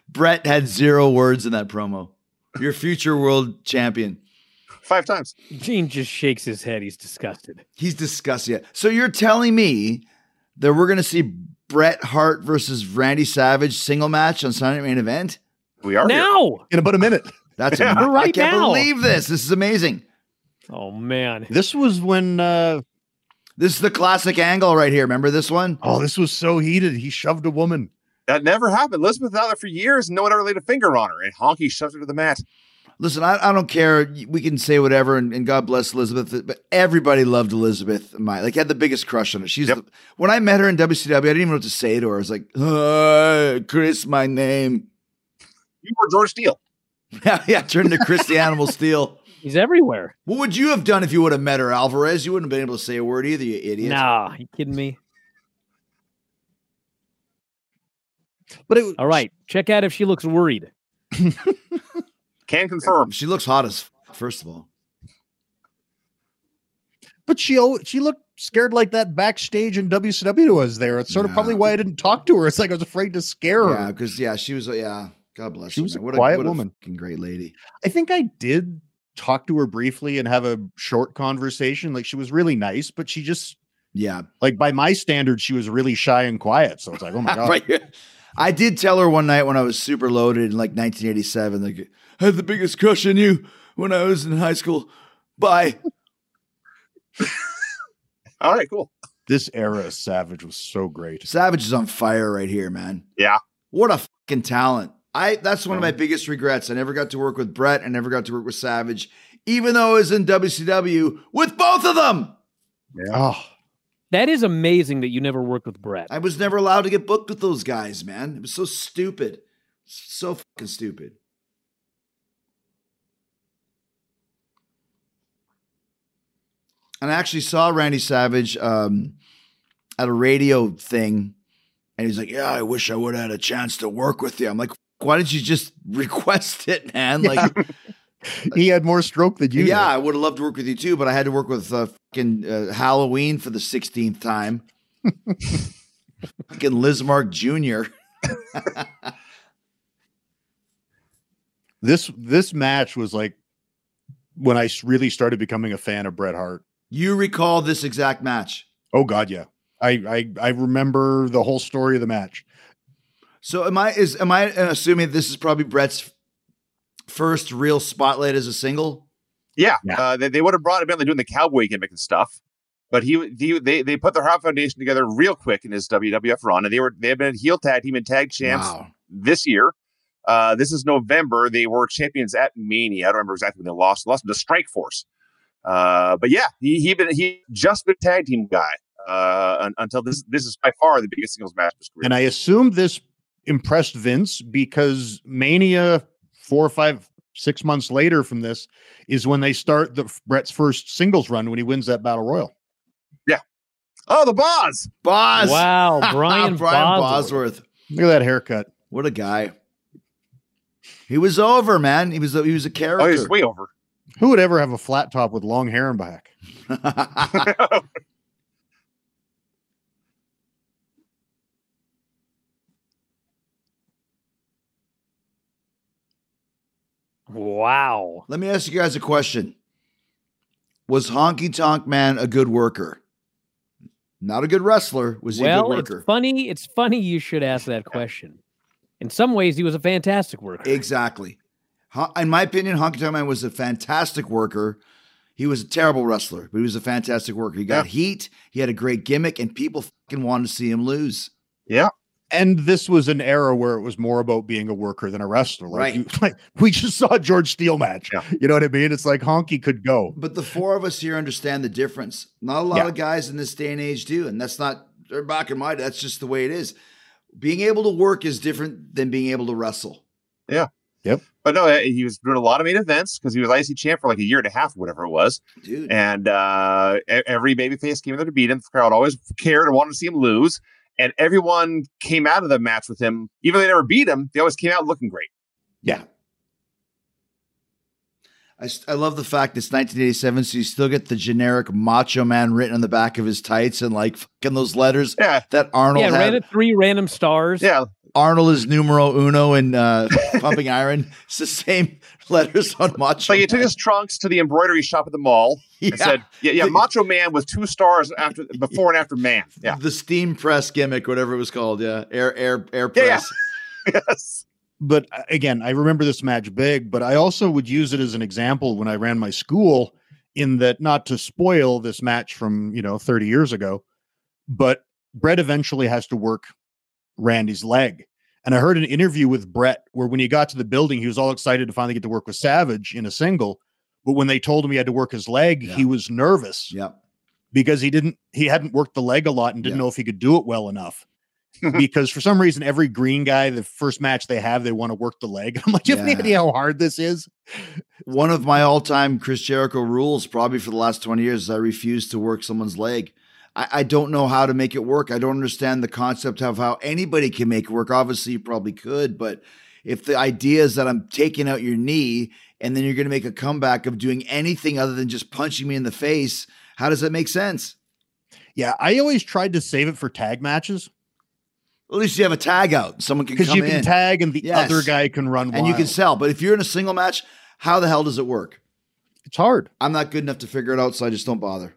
S7: Brett had zero words in that promo. Your future world champion.
S5: Five times.
S6: Gene just shakes his head. He's disgusted.
S7: He's disgusting. it. So you're telling me that we're going to see Bret Hart versus Randy Savage single match on Sunday Night main event?
S5: We are here.
S6: Now,
S8: In about a minute.
S7: That's
S5: Yeah.
S7: I
S6: Right
S7: can't
S6: now.
S7: believe this. This is amazing.
S6: oh man,
S8: This was when uh
S7: This is the classic angle right here. Remember this one?
S8: oh, this was so heated. He shoved a woman.
S5: That never happened. Elizabeth was out there for years. No one ever laid a finger on her. And Honky shoved her to the mat.
S7: Listen, I, I don't care. We can say whatever, and, and God bless Elizabeth. But everybody loved Elizabeth. My like had the biggest crush on her. She's
S5: Yep.
S7: the, when I met her in WCW, I didn't even know what to say to her. I was like, "Hi, Chris, my name.
S5: You were George Steele.
S7: yeah, yeah, turned to Chris the Animal Steel.
S6: he's everywhere.
S7: What would you have done if you would have met her, Alvarez? You wouldn't have been able to say a word either, you idiot.
S6: Nah, you kidding me?
S8: But it
S6: All right, check out if she looks worried.
S5: Can confirm.
S7: She looks hot as f- first of all.
S8: but she al- she looked scared like that backstage in WCW was there. It's sort of
S7: Yeah.
S8: probably why I didn't talk to her. It's like I was afraid to scare her.
S7: Yeah, because yeah, she was. Yeah, God bless.
S8: She
S7: her,
S8: was a
S7: man. What
S8: quiet
S7: what
S8: woman.
S7: fucking great lady.
S8: I think I did talk to her briefly and have a short conversation. Like she was really nice, but she just
S7: Yeah,
S8: like by my standards, she was really shy and quiet. So it's like, oh my god,
S7: right. I did tell her one night when I was super loaded in like 1987, like I had the biggest crush on you when I was in high school. Bye.
S5: All right, cool.
S8: this era of Savage was so great.
S7: Savage is on fire right here, man.
S5: Yeah.
S7: What a fucking talent. I that's one of my biggest regrets. I never got to work with Brett. I never got to work with Savage, even though I was in WCW with both of them.
S8: Oh,
S6: That is amazing that you never worked with Brett.
S7: I was never allowed to get booked with those guys, man. It was so stupid. So fucking stupid. And I actually saw Randy Savage um, at a radio thing, and he's like, "Yeah, I wish I would have had a chance to work with you." I'm like, "Why didn't you just request it, man?" Like,
S8: he had more stroke than you.
S7: yeah,
S8: did.
S7: I would have loved to work with you too, but I had to work with uh, fucking uh, Halloween for the 16th time. fucking Lismark Jr.
S8: This this match was like when I s- really started becoming a fan of Bret Hart.
S7: You recall this exact match.
S8: Oh God, yeah. I I, I remember the whole story of the match.
S7: So am I is am I uh, assuming this is probably Brett's first real spotlight as a single?
S5: Yeah,
S8: Yeah.
S5: Uh, they, they would have brought him in. They're doing the cowboy gimmick and stuff, but he, he they they put the Hart Foundation together real quick in his WWF run, and they were they have been heel tag team and tag champs
S7: Wow.
S5: this year. Uh, this is November. They were champions at Mania. I don't remember exactly when they lost. Lost to Strike Force. Uh, but yeah, he he been he just been tag team guy uh, un- until this this is by far the biggest singles match of his career.
S8: And I assume this impressed Vince because Mania four or five, six months later from this is when they start the Brett's first singles run when he wins that battle royal.
S5: oh, the Boz!
S7: Boz.
S6: Wow, Brian,
S7: Ah, Brian
S6: Bosworth.
S7: Bosworth.
S8: Look at that haircut.
S7: What a guy. He was over, man. He was a, he was a character.
S5: Oh, he's way over.
S8: Who would ever have a flat top with long hair and back?
S6: Wow.
S7: Let me ask you guys a question. Was Honky Tonk Man a good worker? Not a good wrestler. Was he a
S6: well,
S7: good
S6: it's
S7: worker?
S6: funny. It's funny you should ask that question. In some ways, he was a fantastic worker.
S7: Exactly. Ho- In my opinion, Honky Tonk Man was a fantastic worker. He was a terrible wrestler, but he was a fantastic worker. He got heat. He had a great gimmick, and people fucking wanted to see him lose.
S8: And this was an era where it was more about being a worker than a wrestler. Like,
S7: Right.
S8: you- like we just saw a George Steele match.
S5: Yeah.
S8: You know what I mean? It's like Honky could go.
S7: But the four of us here understand the difference. Not a lot
S8: Yeah.
S7: of guys in this day and age do, and that's not they're back in my. That's just the way it is. Being able to work is different than being able to wrestle.
S5: But no, eh, he was doing a lot of main events because he was IC champ for like a year and a half, whatever it was.
S7: Dude,
S5: And uh, e- every babyface came in there to beat him. The crowd always cared and wanted to see him lose. And everyone came out of the match with him. Even though they never beat him, they always came out looking great.
S7: I, st- I love the fact it's 1987, so you still get the generic Macho Man written on the back of his tights and like fucking those letters
S5: Yeah.
S7: that Arnold
S6: yeah,
S7: had.
S6: ran at three random stars.
S5: Yeah.
S7: Arnold is numero uno in uh, Pumping Iron. It's the same letters on Macho.
S5: So he took
S7: Man.
S5: his trunks to the embroidery shop at the mall
S7: yeah,
S5: and said, Yeah, yeah,
S7: The-
S5: Macho Man with two stars after before and after man. Yeah.
S7: the steam press gimmick, whatever it was called. Yeah, air air air
S5: Yeah, yeah.
S7: press.
S5: yes.
S8: but uh, again, I remember this match big, but I also would use it as an example when I ran my school in that not to spoil this match from, you know, 30 years ago, but Brett eventually has to work Randy's leg. And I heard an interview with Brett where when he got to the building, he was all excited to finally get to work with Savage in a single. But when they told him he had to work his leg,
S7: Yeah.
S8: he was nervous
S7: Yep.
S8: because he didn't he hadn't worked the leg a lot and didn't
S7: Yeah.
S8: know if he could do it well enough. because for some reason, every green guy, the first match they have, they want to work the leg. I'm like, you have any
S7: Yeah.
S8: idea how hard this is?
S7: One of my all-time Chris Jericho rules, probably for the last 20 years, is I refuse to work someone's leg. I, I don't know how to make it work. I don't understand the concept of how anybody can make it work. Obviously, you probably could, but if the idea is that I'm taking out your knee and then you're going to make a comeback of doing anything other than just punching me in the face, How does that make sense?
S8: Yeah, I always tried to save it for tag matches
S7: At least you have a tag out. Someone can
S8: because
S7: come
S8: you can
S7: in
S8: tag and the
S7: Yes.
S8: other guy can run
S7: and you can
S8: wild.
S7: sell. But if you're in a single match, how the hell does it work?
S8: it's hard.
S7: I'm not good enough to figure it out, so I just don't bother.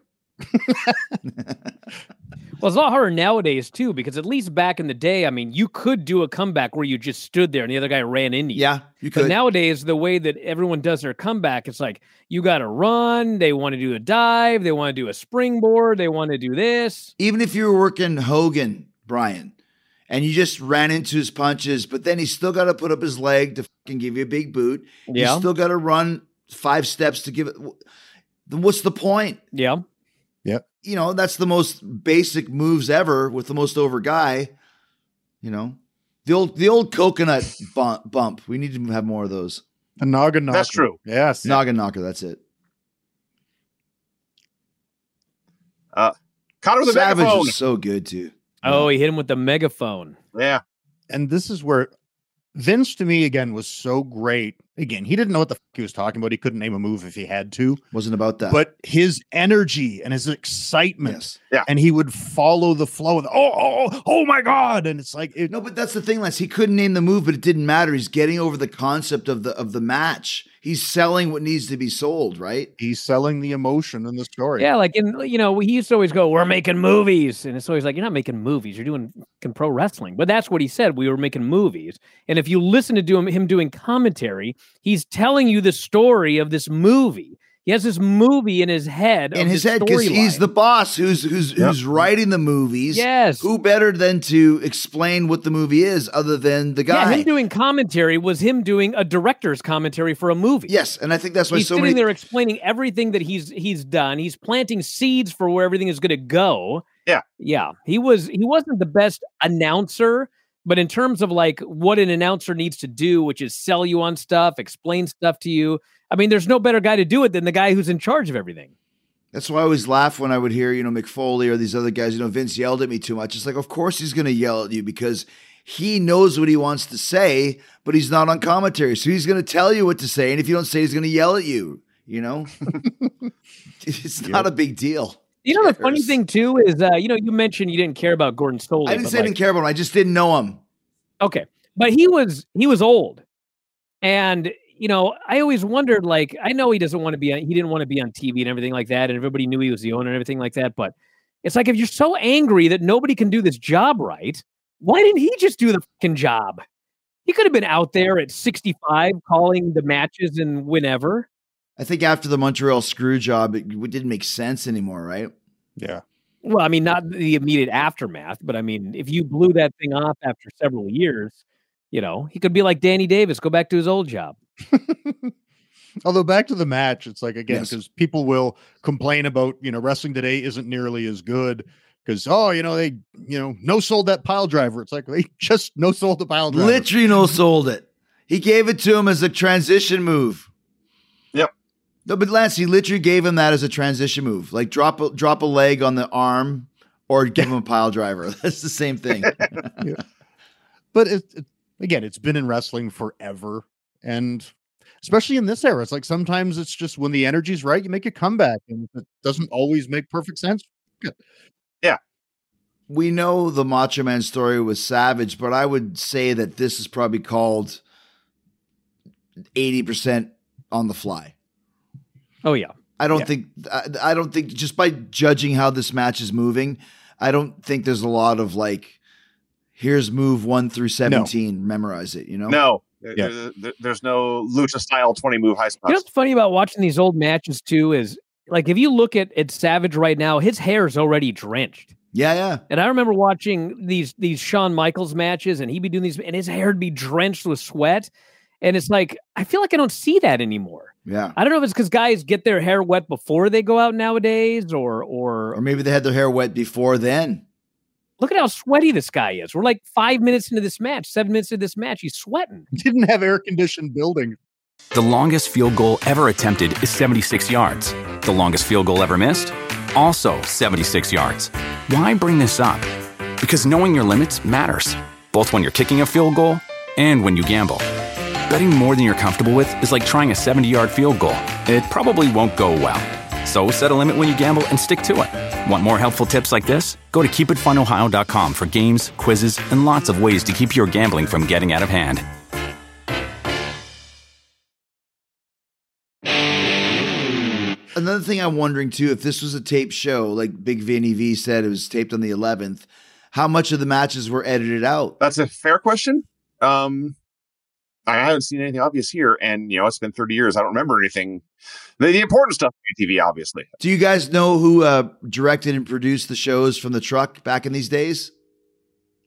S6: Well, it's a lot harder nowadays too, because at least back in the day, I mean, you could do a comeback where you just stood there and the other guy ran into you.
S7: Yeah, you
S6: But
S7: could.
S6: nowadays, the way that everyone does their comeback, it's like you got to run. They want to do a dive. They want to do a springboard. They want to do this.
S7: even if you were working Hogan, Brian, and you just ran into his punches, but then he's still got to put up his leg to fucking give you a big boot.
S6: Yeah.
S7: You still got to run five steps to give it. Then what's the point?
S6: Yeah.
S7: You know, that's the most basic moves ever with the most over guy. You know, the old the old coconut bump. bump. We need to have more of those.
S8: A noggin knocker.
S5: That's true.
S8: Yes.
S7: Noggin knocker. That's it.
S5: Connor with a
S7: Savage
S5: megaphone.
S7: is so good too.
S6: Oh, he hit him with the megaphone.
S5: Yeah.
S8: and this is where Vince to me again was so great. Again, he didn't know what the fuck he was talking about. He couldn't name a move if he had to,
S7: Wasn't about that.
S8: but his energy and his excitement,
S7: yes.
S8: and he would follow the flow of the, oh, oh, oh, oh my god, and it's like it,
S7: No, but that's the thing, Lance. He couldn't name the move, but it didn't matter. He's getting over the concept of the of the match. He's selling what needs to be sold, right?
S8: he's selling the emotion in the story.
S6: Yeah, like in you know, he used to always go, "We're making movies," and it's always like, "You're not making movies. You're doing fucking pro wrestling." But that's what he said. We were making movies, and if you listen to do him, him doing commentary, he's telling you the story of this movie. He has this movie in his head.
S7: In
S6: of
S7: his
S6: this
S7: head, because he's
S6: storyline.
S7: the boss who's who's who's writing the movies.
S6: yes.
S7: Who better than to explain what the movie is other than the
S6: yeah,
S7: guy?
S6: him doing commentary was him doing a director's commentary for a movie.
S7: yes, and I think that's why
S6: he's
S7: so
S6: sitting
S7: many
S6: there explaining everything that he's he's done. He's planting seeds for where everything is going to go.
S5: Yeah.
S6: yeah. He was he wasn't the best announcer, but in terms of like what an announcer needs to do, which is sell you on stuff, explain stuff to you. I mean, there's no better guy to do it than the guy who's in charge of everything.
S7: That's why I always laugh when I would hear, you know, McFoley or these other guys, you know, Vince yelled at me too much. It's like, of course he's going to yell at you because he knows what he wants to say, but he's not on commentary. So he's going to tell you what to say. And if you don't say, he's going to yell at you, you know? it's not a big deal.
S6: You know, the funny
S7: Yes.
S6: thing too is, uh, you know, you mentioned you didn't care about Gordon Solie.
S7: I didn't
S6: but,
S7: say I
S6: like,
S7: didn't care about him. I just didn't know him.
S6: Okay. But he was he was old. And you know, I always wondered like I know he doesn't want to be on he didn't want to be on TV and everything like that and everybody knew he was the owner and everything like that, but it's like if you're so angry that nobody can do this job right, why didn't he just do the fucking job? He could have been out there at 65 calling the matches and whenever.
S7: I think after the Montreal screw job, it w- didn't make sense anymore, right?
S8: Yeah.
S6: Well, I mean, not the immediate aftermath, but I mean, if you blew that thing off after several years, you know, he could be like Danny Davis, go back to his old job.
S8: Although back to the match, it's like again
S7: Yes.
S8: because people will complain about you know wrestling today isn't nearly as good because oh you know they you know no sold that pile driver. It's like they just no sold the pile driver.
S7: Litrino sold it. He gave it to him as a transition move.
S5: Yep.
S7: No, but Lance, he literally gave him that as a transition move. Like drop a, drop a leg on the arm or give him a pile driver. That's the same thing.
S8: but it, it- again, it's been in wrestling forever, and especially in this era, it's like sometimes it's just when the energy's right, you make a comeback, and it doesn't always make perfect sense.
S7: we know the Macho Man story was savage, but I would say that this is probably called 80% on the fly.
S6: Oh yeah.
S7: I don't
S8: Yeah.
S7: think I, I don't think just by judging how this match is moving, I don't think there's a lot of like here's move 1 through 17 memorize it, you know?
S5: No. There-
S8: Yeah.
S5: there- there- there's no lucha style 20 move high spots.
S6: You know what's funny about watching these old matches too is like if you look at, at Savage right now, his hair's already drenched.
S7: Yeah, yeah.
S6: And I remember watching these these Shawn Michaels matches, and he'd be doing these, and his hair'd be drenched with sweat. And it's like I feel like I don't see that anymore.
S7: Yeah.
S6: I don't know if it's because guys get their hair wet before they go out nowadays, or
S7: Or
S6: or
S7: maybe they had their hair wet before then.
S6: look at how sweaty this guy is. We're like five minutes into this match, seven minutes into this match, he's sweating.
S8: Didn't have air conditioned building.
S9: The longest field goal ever attempted is 76 yards. The longest field goal ever missed? Also 76 yards. Why bring this up? Because knowing your limits matters, both when you're kicking a field goal and when you gamble. Betting more than you're comfortable with is like trying a 70 yard field goal, it probably won't go well. So set a limit when you gamble and stick to it. Want more helpful tips like this? Go to keepitfunohio.com for games, quizzes, and lots of ways to keep your gambling from getting out of hand.
S7: Another thing I'm wondering too, if this was a taped show, like Big Vinny V said, it was taped on the 11th. How much of the matches were edited out?
S5: That's a fair question. Um, I haven't seen anything obvious here, and you know it's been 30 years. I don't remember anything. The, the important stuff on TV, obviously.
S7: Do you guys know who uh, directed and produced the shows from the truck back in these days?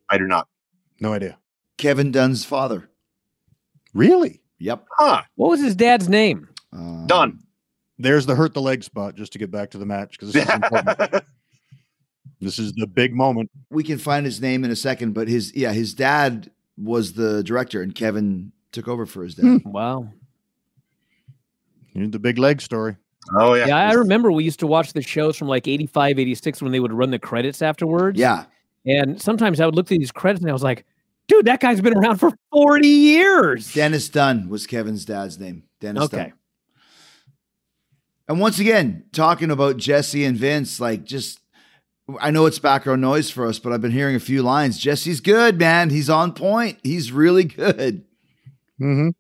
S5: I do not.
S8: No idea.
S7: Kevin Dunn's father.
S8: Really?
S7: Yep.
S5: Huh?
S6: What was his dad's name?
S7: Um,
S5: Done.
S8: There's the hurt the leg spot just to get back to the match because this is important. this is the big moment.
S7: We can find his name in a second, but his yeah, his dad was the director, and Kevin took over for his dad.
S6: Wow.
S8: You need the big leg story.
S5: oh yeah.
S6: Yeah, I remember we used to watch the shows from like 85, 86 when they would run the credits afterwards.
S7: Yeah.
S6: And sometimes I would look through these credits and I was like, dude, that guy's been around for 40 years.
S7: Dennis Dunn was Kevin's dad's name. Dennis
S6: Okay.
S7: Dunn. And once again, talking about Jesse and Vince, like just I know it's background noise for us, but I've been hearing a few lines. Jesse's good, man. He's on point. He's really good.
S8: Mm-hmm.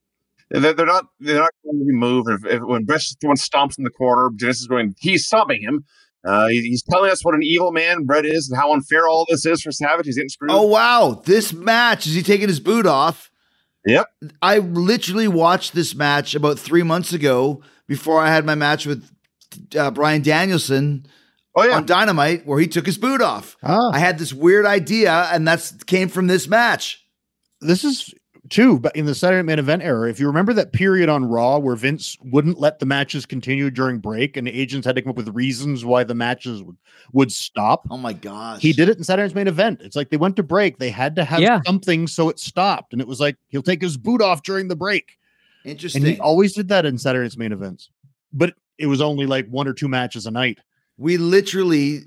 S5: They're, they're not. They're not going to be moved. If, if, when Vince when stomps in the corner, Dennis is going. He's stomping him. Uh, he- he's telling us what an evil man Brett is and how unfair all this is for Savage. He's getting screwed.
S7: Oh wow, this match is he taking his boot off?
S5: Yep.
S7: I literally watched this match about three months ago before I had my match with uh, Brian Danielson
S5: Oh yeah.
S7: on Dynamite, where he took his boot off.
S8: Ah.
S7: I had this weird idea, and that's came from this match.
S8: this is too, but in the Saturday Night Main Event era, if you remember that period on Raw where Vince wouldn't let the matches continue during break and the agents had to come up with reasons why the matches would, would stop,
S7: Oh my gosh,
S8: he did it in Saturday Night's Main Event. It's like they went to break, they had to have
S6: Yeah.
S8: something, so it stopped. And it was like he'll take his boot off during the break.
S7: Interesting.
S8: And he always did that in Saturday Night's Main Events, but it was only like one or two matches a night.
S7: we literally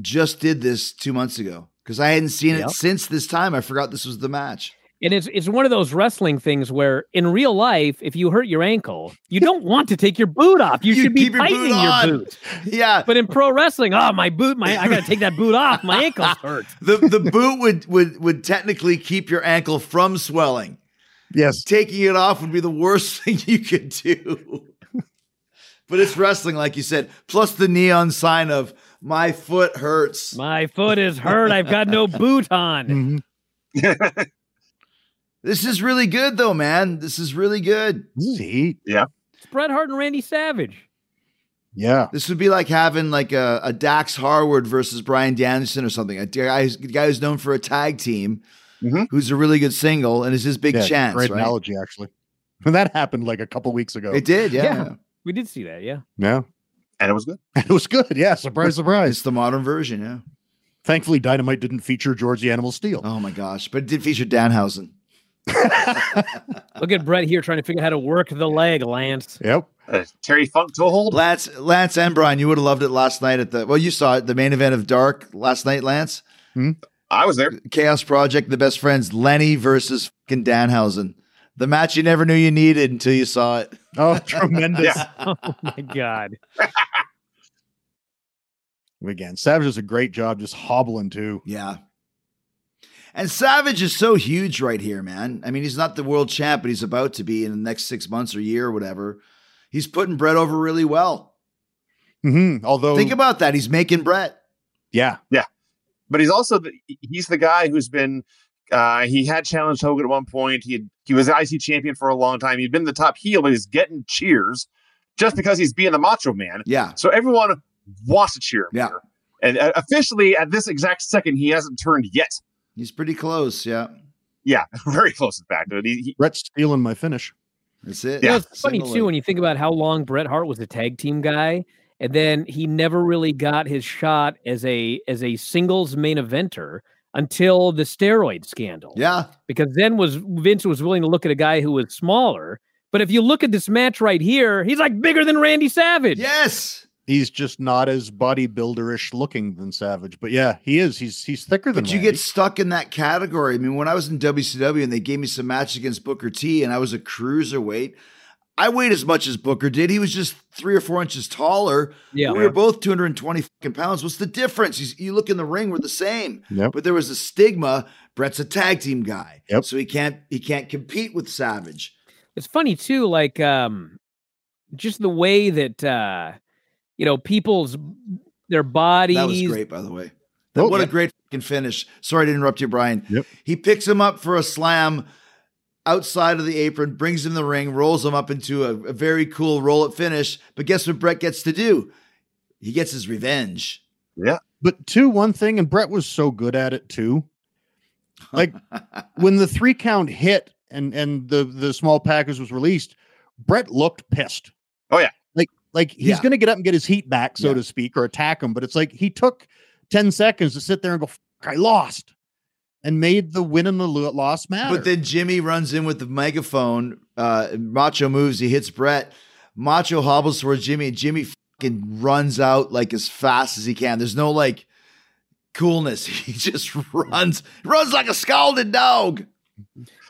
S7: just did this two months ago because I hadn't seen
S6: Yep.
S7: it since this time. I forgot this was the match.
S6: And it's it's one of those wrestling things where in real life, if you hurt your ankle, you don't want to take your boot off. You,
S7: You
S6: should be
S7: keep your boot
S6: tightening your
S7: on.
S6: boot.
S7: Yeah,
S6: But in pro wrestling, oh my boot, my I gotta take that boot off. My ankle hurt.
S7: the the boot would would would technically keep your ankle from swelling.
S8: Yes.
S7: Taking it off would be the worst thing you could do. but it's wrestling, like you said. Plus the neon sign of "My foot hurts."
S6: My foot is hurt. I've got no boot
S7: Mm.
S6: on.
S7: This is really good, though, man. This is really good.
S8: This is heat.
S6: It's Bret Hart and Randy Savage.
S8: Yeah.
S7: This would be like having like a, a Dax Harwood versus Brian Danielson or something. A guy, who's, a guy who's known for a tag team,
S5: Mhm.
S7: who's a really good single, and it's his big
S8: Mm-hmm. Yeah,
S7: chance,
S8: Great
S7: right?
S8: analogy, actually. And that happened like a couple weeks ago.
S7: It did, yeah.
S6: Yeah. We did see that, yeah.
S8: yeah.
S5: and it was good.
S8: It was good. Yeah. Surprise, surprise.
S7: It's the modern version, yeah.
S8: Thankfully, Dynamite didn't feature George the Animal Steel.
S7: Oh my gosh, but it did feature Danhausen.
S6: Look at Brett here trying to figure out how to work the leg, Lance.
S8: Yep.
S5: Uh, Terry Funk to a hold.
S7: Lance, Lance and Brian, you would have loved it last night at the well, you saw it, the main event of Dark last night, Lance.
S5: I was there.
S7: Chaos Project, the best friends, Lenny versus fucking Danhausen. The match you never knew you needed until you saw it.
S8: Oh, tremendous.
S5: Yeah.
S6: My God.
S8: Again, Savage does a great job just hobbling too.
S7: Yeah. And Savage is so huge right here, man. I mean, he's not the world champ, but he's about to be in the next six months or year or whatever. He's putting Brett over really well.
S8: Mhm. Although,
S7: Think about that. He's making Brett.
S8: yeah,
S5: but he's also the, he's the guy who's been uh, he had challenged Hogan at one point. He had, he was IC champion for a long time. He'd been the top heel, but he's getting cheers just because he's being the Macho Man.
S7: Yeah.
S5: So everyone wants to cheer him.
S7: Yeah.
S5: here. And uh, officially, at this exact second, he hasn't turned yet.
S7: He's pretty close. Yeah.
S5: Yeah, very close, in fact. But he- he-
S8: Brett's stealing my finish.
S7: That's it.
S6: You know, it's funny
S7: Single
S6: too
S7: leg.
S6: when you think about how long Bret Hart was a tag team guy, and then he never really got his shot as a as a singles main eventer until the steroid scandal.
S7: Yeah.
S6: Because then was Vince was willing to look at a guy who was smaller. But if you look at this match right here, he's like bigger than Randy Savage.
S7: Yes.
S8: He's just not as bodybuilderish looking than Savage, but yeah, he is. He's he's thicker than.
S7: But you
S8: Randy.
S7: get stuck in that category. I mean, when I was in WCW and they gave me some match against Booker T and I was a cruiserweight, I weighed as much as Booker did. He was just three or four inches taller.
S6: Yeah.
S7: we were both 220 fucking pounds. What's the difference? You, you look in the ring, we're the same.
S8: Yep.
S7: But there was a stigma. Brett's a tag team guy,
S8: Yep.
S7: so he can't he can't compete with Savage.
S6: it's funny too like um just the way that uh you know people's their bodies
S7: That was great, by the way.
S8: Oh,
S7: what
S8: yeah.
S7: a great fucking finish. Sorry to interrupt you, Brian.
S8: Yep.
S7: He picks him up for a slam outside of the apron, brings him in the ring, rolls him up into a, a very cool roll up finish. But guess what Brett gets to do? He gets his revenge.
S8: But two, one thing, and Brett was so good at it too. Like when the three count hit and and the the small package was released, Brett looked pissed.
S5: Oh, yeah.
S8: like like he's
S7: Yeah.
S8: gonna get up and get his heat back, so
S7: Yeah.
S8: to speak, or attack him. But it's like he took ten seconds to sit there and go, F- "I lost," and made the win and the lo- loss matter.
S7: But then Jimmy runs in with the megaphone. Uh, Macho moves. He hits Brett. Macho hobbles towards Jimmy, and Jimmy fucking runs out like as fast as he can. There's no like coolness. He just runs, runs like a scalded dog.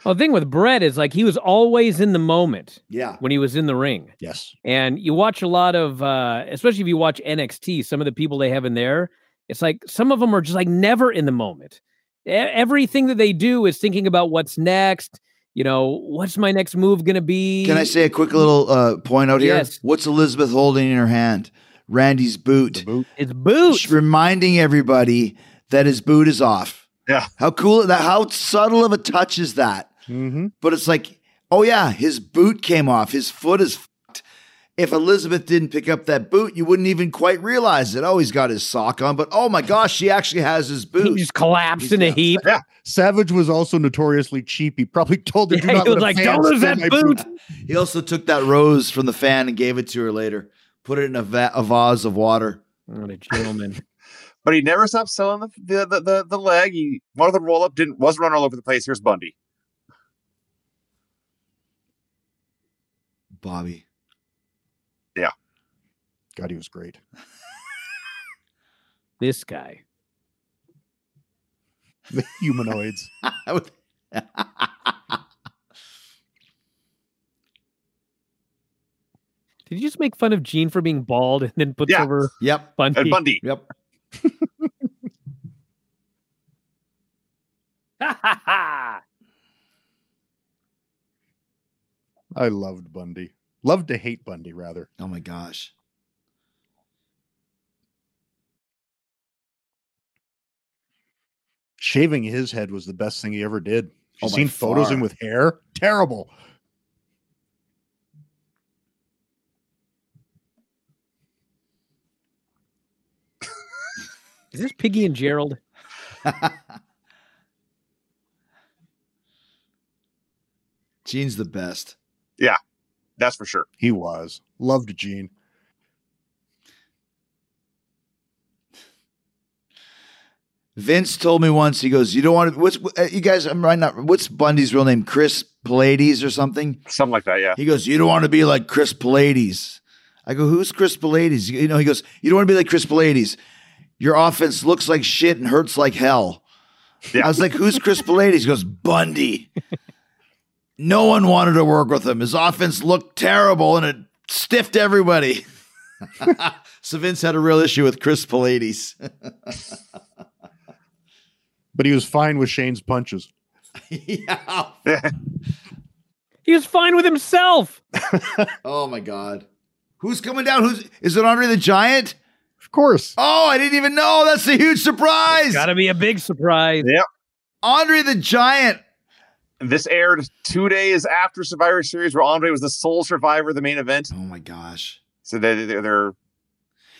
S6: well the thing with brett is like he was always in the moment
S7: Yeah.
S6: when he was in the ring
S8: yes,
S6: and you watch a lot of uh especially if you watch nxt some of the people they have in there it's like some of them are just like never in the moment E- everything that they do is thinking about what's next you know what's my next move gonna be
S7: Can I say a quick little uh, point out here?
S6: Yes.
S7: What's Elizabeth holding in her hand? Randy's boot.
S8: boot.
S6: it's boots
S7: She's reminding everybody that his boot is off.
S5: Yeah.
S7: How cool that how subtle of a touch is that?
S8: Mm-hmm.
S7: But it's like, oh yeah, his boot came off. His foot is fucked. If Elizabeth didn't pick up that boot, you wouldn't even quite realize it. Oh, he's got his sock on, but oh my gosh, she actually has his
S6: he
S7: boot.
S6: just collapsed in a
S7: Yeah.
S6: heap
S8: Savage was also notoriously cheap. He probably told her,
S6: Yeah,
S8: "Do not
S6: he
S8: let a
S6: was like,
S8: fan
S6: "Don't lose
S8: steal
S6: that
S8: my
S6: boot."
S7: He also took that rose from the fan and gave it to her later. Put it in a, va- a vase of water.
S6: what a gentleman
S5: But he never stopped selling the the the, the, the leg. He wanted the roll up, didn't was run all over the place. Here's Bundy.
S7: Bobby.
S8: God, he was great.
S6: this guy
S8: The humanoids.
S6: Did you just make fun of Gene for being bald and then put
S5: Yeah.
S6: over
S7: yep.
S6: Bundy?
S5: And Uh, Bundy.
S7: Yep.
S8: I loved Bundy. Loved to hate Bundy, rather.
S7: Oh my gosh.
S8: Shaving his head was the best thing he ever did.
S7: Oh,
S8: You've
S7: by
S8: seen photos of him
S7: far.
S8: with hair. Terrible.
S6: Is this Piggy and Gerald?
S7: Gene's the best.
S5: That's for sure.
S8: He was. Loved Gene.
S7: Vince told me once, he goes, You don't want to, what's, uh, you guys, I'm right now, what's Bundy's real name? Chris Pallades or something?
S5: Something like that. Yeah.
S7: He goes, You don't want to be like Chris Pallades. I go, Who's Chris Pallades? You know, he goes, You don't want to be like Chris Pallades. Your offense looks like shit and hurts like hell.
S5: Yeah.
S7: I was like, Who's Chris Pallades? He goes, Bundy. no one wanted to work with him. His offense looked terrible and it stiffed everybody. so Vince had a real issue with Chris Pallades.
S8: But he was fine with Shane's punches.
S7: yeah.
S6: He was fine with himself.
S7: Oh my God. Who's coming down? Who's is it Andre the Giant?
S8: Of course.
S7: Oh, I didn't even know. That's a huge surprise.
S6: Gotta be a big surprise.
S7: Andre the Giant.
S5: This aired two days after Survivor Series, where Andre was the sole survivor of the main event.
S7: Oh my gosh.
S5: So they, they're, they're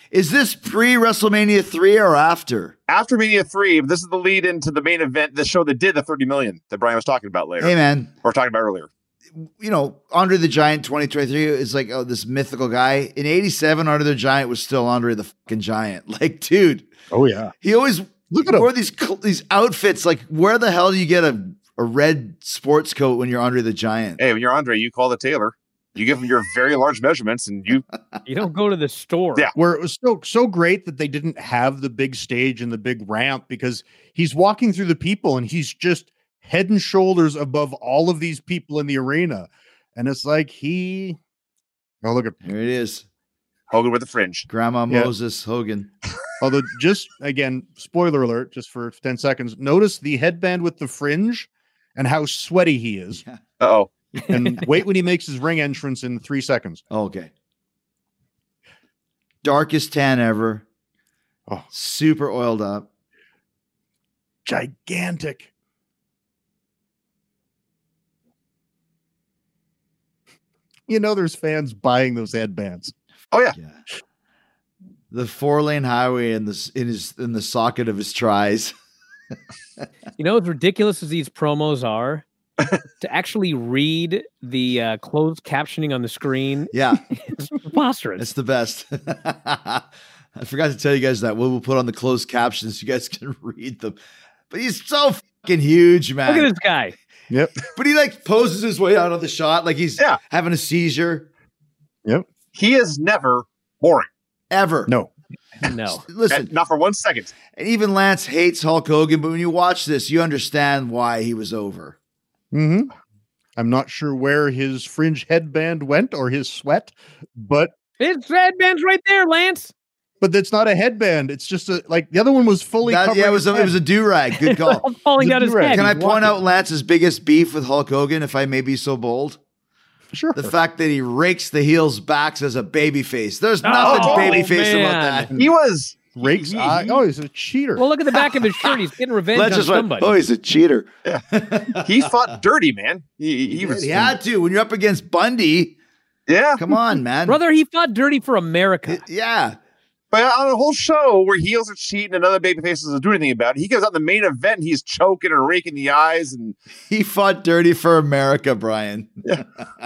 S7: Is this pre WrestleMania 3 or after?
S5: after Mania three. But this is the lead into the main event, the show that did the thirty million that Brian was talking about later,
S7: Hey man,
S5: or talking about earlier.
S7: you know, Andre the Giant 2023 is like oh, this mythical guy. In 87, Andre the Giant was still Andre the fucking Giant. Like, dude,
S8: Oh, yeah.
S7: he always
S8: Look at
S7: wore
S8: him.
S7: these cl- these outfits. Like, where the hell do you get a, a red sports coat when you're Andre the Giant?
S5: Hey, when you're Andre, you call the tailor. You give him your very large measurements, and you
S6: You don't go to the store.
S5: Yeah.
S8: Where it was so so great that they didn't have the big stage and the big ramp because he's walking through the people and he's just head and shoulders above all of these people in the arena. And it's like he Oh, look at
S7: Here it is.
S5: Hogan with a fringe.
S7: Grandma
S8: Yeah.
S7: Moses Hogan.
S8: Although, just again, spoiler alert, just for 10 seconds, notice the headband with the fringe and how sweaty he is.
S5: Oh,
S8: And wait when he makes his ring entrance in three seconds.
S7: Oh, okay. Darkest tan ever.
S8: Oh.
S7: Super oiled up.
S8: Gigantic. You know, there's fans buying those headbands.
S7: Yeah. The four lane highway in this in his in the socket of his tries.
S6: You know, as ridiculous as these promos are, to actually read the uh, closed captioning on the screen
S7: Yeah,
S6: is preposterous.
S7: it's the best. I forgot to tell you guys that. We'll, we'll put on the closed captions. You guys can read them. But he's so fucking huge, man.
S6: Look at this guy.
S8: Yep.
S7: But he like poses his way out of the shot like he's
S5: Yeah.
S7: having a seizure.
S5: he is never boring.
S7: Ever.
S8: No.
S6: No.
S7: Listen,
S5: Not for one second.
S7: And even Lance hates Hulk Hogan, but when you watch this, you understand why he was over.
S8: hmm I'm not sure where his fringe headband went or his sweat, but
S6: His headband's right there, Lance.
S8: but that's not a headband. It's just a like the other one was fully.
S7: That- yeah, it
S8: covering
S7: was
S8: his
S7: a, it was a do rag. Good call.
S6: Falling
S8: The
S6: down his
S8: Blu-ray.
S6: head.
S7: Can I
S6: He's
S7: point
S6: walking.
S7: out Lance's biggest beef with Hulk Hogan, if I may be so bold?
S8: head. sure.
S7: The fact that he rakes the heels' backs as a babyface. There's nothing
S6: Oh,
S7: babyface about
S6: man.
S7: that.
S5: He was
S8: rakes
S5: He-
S8: eye. Oh, he's a cheater.
S6: Well, look at the back of his shirt. He's getting revenge
S7: Lance
S6: on
S7: just went,
S6: somebody.
S7: oh, he's a cheater.
S5: he fought dirty, man. He, he,
S7: He,
S5: was
S7: had to. When you're up against Bundy,
S5: yeah.
S7: come on, man.
S6: Brother, he fought dirty for America.
S7: Yeah.
S5: But on a whole show where heels are cheating and other babyfaces don't do anything about it, he goes out in the main event. and He's choking and raking the eyes, and
S7: He fought dirty for America, Brian.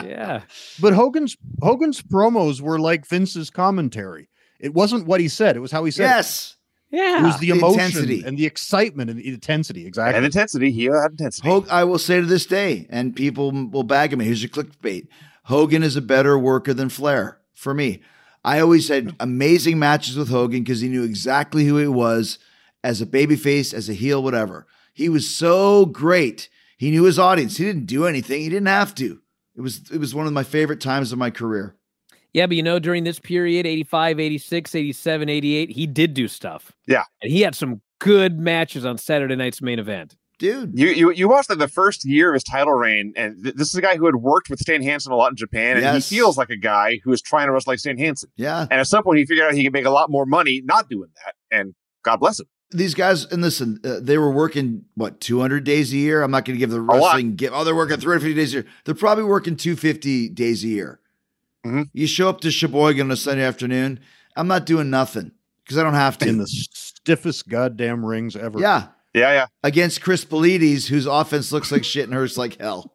S6: yeah.
S8: but Hogan's Hogan's promos were like Vince's commentary. It wasn't what he said. It was how he said. it.
S7: Yes.
S6: Yeah.
S8: It was the
S7: The
S8: emotion
S7: intensity.
S8: and the excitement and the intensity. Exactly.
S5: and intensity. He had intensity.
S7: Hogan, I will say to this day, and people m- will bag at me. Here's your clickbait: Hogan is a better worker than Flair for me. I always had amazing matches with Hogan because he knew exactly who he was as a babyface, as a heel, whatever. He was so great. He knew his audience. He didn't do anything. He didn't have to. It was it was one of my favorite times of my career.
S6: Yeah, but you know, during this period, 85, 86, 87, 88, he did do stuff.
S5: Yeah.
S6: And he had some good matches on Saturday night's main event.
S7: Dude,
S5: You you you watched like, the first year of his title reign, and th- this is a guy who had worked with Stan Hansen a lot in Japan, and
S7: Yes.
S5: he feels like a guy who is trying to wrestle like Stan Hansen.
S7: yeah.
S5: And at some point, he figured out he could make a lot more money not doing that. And God bless him.
S7: These guys, and listen, uh, they were working what 200 days a year. I'm not going to give the
S5: lot.
S7: wrestling give. Oh, they're working 350 days a year. They're probably working 250 days a year.
S5: Mhm.
S7: You show up to Sheboygan on a Sunday afternoon. I'm not doing nothing because I don't have to.
S8: in the stiffest goddamn rings ever.
S7: yeah,
S5: Yeah, yeah.
S7: against Chris Polides, whose offense looks like shit and hurts like hell.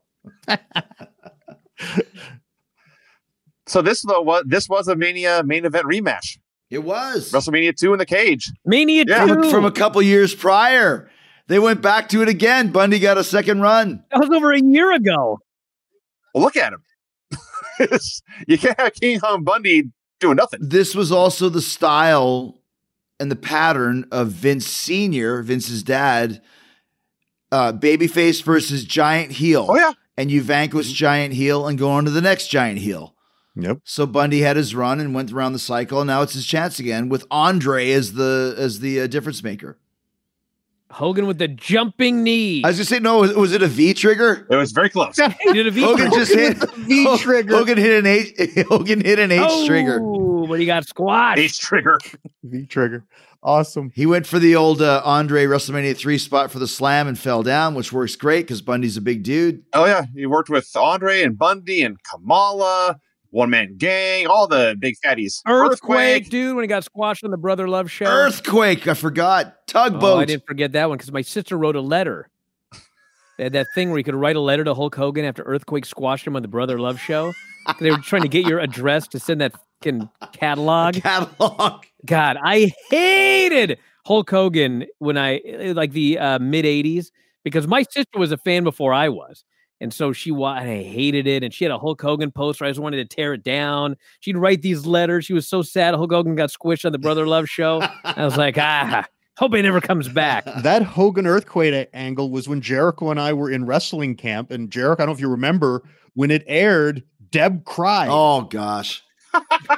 S5: So this though was this was a Mania main event rematch,
S7: It was
S5: WrestleMania two in the cage.
S6: Mania
S5: Yeah.
S6: 2.
S7: from a couple years prior. They went back to it again. Bundy got a second run.
S6: that was over a year ago.
S5: Well, look at him. It's- you can't have King Kong Bundy doing nothing.
S7: this was also the style and the pattern of Vince Sr., Vince's dad, uh, babyface versus giant heel.
S5: Oh yeah,
S7: And you vanquish giant heel and go on to the next giant heel.
S8: Yep.
S7: So Bundy had his run and went around the cycle, and now it's his chance again with Andre as the as the uh, difference maker.
S6: Hogan with the jumping knee.
S7: I was gonna say, no, was, was it a V trigger?
S5: it was very close.
S6: he did a V
S7: Hogan just hit
S8: V
S7: Ho-
S8: trigger.
S7: Hogan hit an H. Hogan hit an H trigger.
S6: Oh, but he got squashed.
S5: H trigger.
S8: V trigger. Awesome.
S7: He went for the old uh, Andre WrestleMania 3 spot for the slam and fell down, which works great because Bundy's a big dude.
S5: Oh yeah, he worked with Andre and Bundy and Kamala, One Man Gang, all the big fatties.
S6: Earthquake, dude, when he got squashed on the Brother Love show.
S7: Earthquake, I forgot.
S6: Oh, I
S7: Tugboat.
S6: didn't forget that one because my sister wrote a letter. They had that thing where you could write a letter to Hulk Hogan after Earthquake squashed him on the Brother Love show. They were trying to get your address to send that fucking catalog.
S7: Catalog.
S6: God, I hated Hulk Hogan when I like the uh, mid '80s because my sister was a fan before I was, and so she wa- and I hated it. And she had a Hulk Hogan poster. I just wanted to tear it down. She'd write these letters. She was so sad. Hulk Hogan got squished on the Brother Love show. I was like, ah, hope he never comes back.
S8: That Hogan earthquake a- angle was when Jericho and I were in wrestling camp, and Jericho, I don't know if you remember when it aired. Deb cried.
S7: Oh, gosh.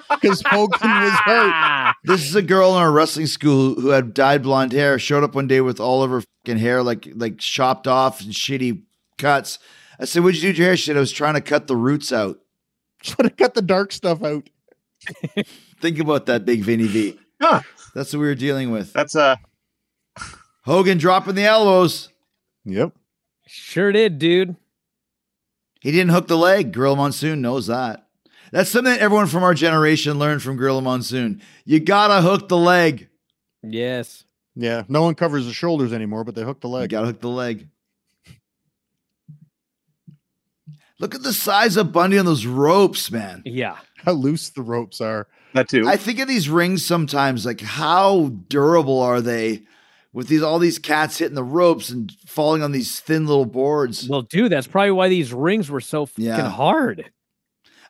S8: because Hogan was hurt.
S6: Ah,
S7: This is a girl in our wrestling school who had dyed blonde hair. Showed up one day with all of her fucking hair like like chopped off and shitty cuts. I said, "What'd you do to your hair?" She said, "I was trying to cut the roots out."
S8: Should have cut the dark stuff out.
S7: Think about that, Big Vinny V.
S5: Huh.
S7: That's what we were dealing with.
S5: That's uh
S7: Hogan dropping the elbows.
S8: Yep.
S6: sure did, dude.
S7: He didn't hook the leg. Gorilla Monsoon knows that. That's something that everyone from our generation learned from Gorilla Monsoon. You gotta hook the leg.
S6: Yes.
S8: Yeah. No one covers the shoulders anymore, but they hook the
S7: You
S8: leg.
S7: gotta hook the leg. Look at the size of Bundy on those ropes, man.
S6: Yeah.
S8: How loose the ropes are.
S5: that too.
S7: I think of these rings sometimes, like how durable are they with these all these cats hitting the ropes and falling on these thin little boards.
S6: Well, dude, that's probably why these rings were so fucking
S7: Yeah.
S6: hard.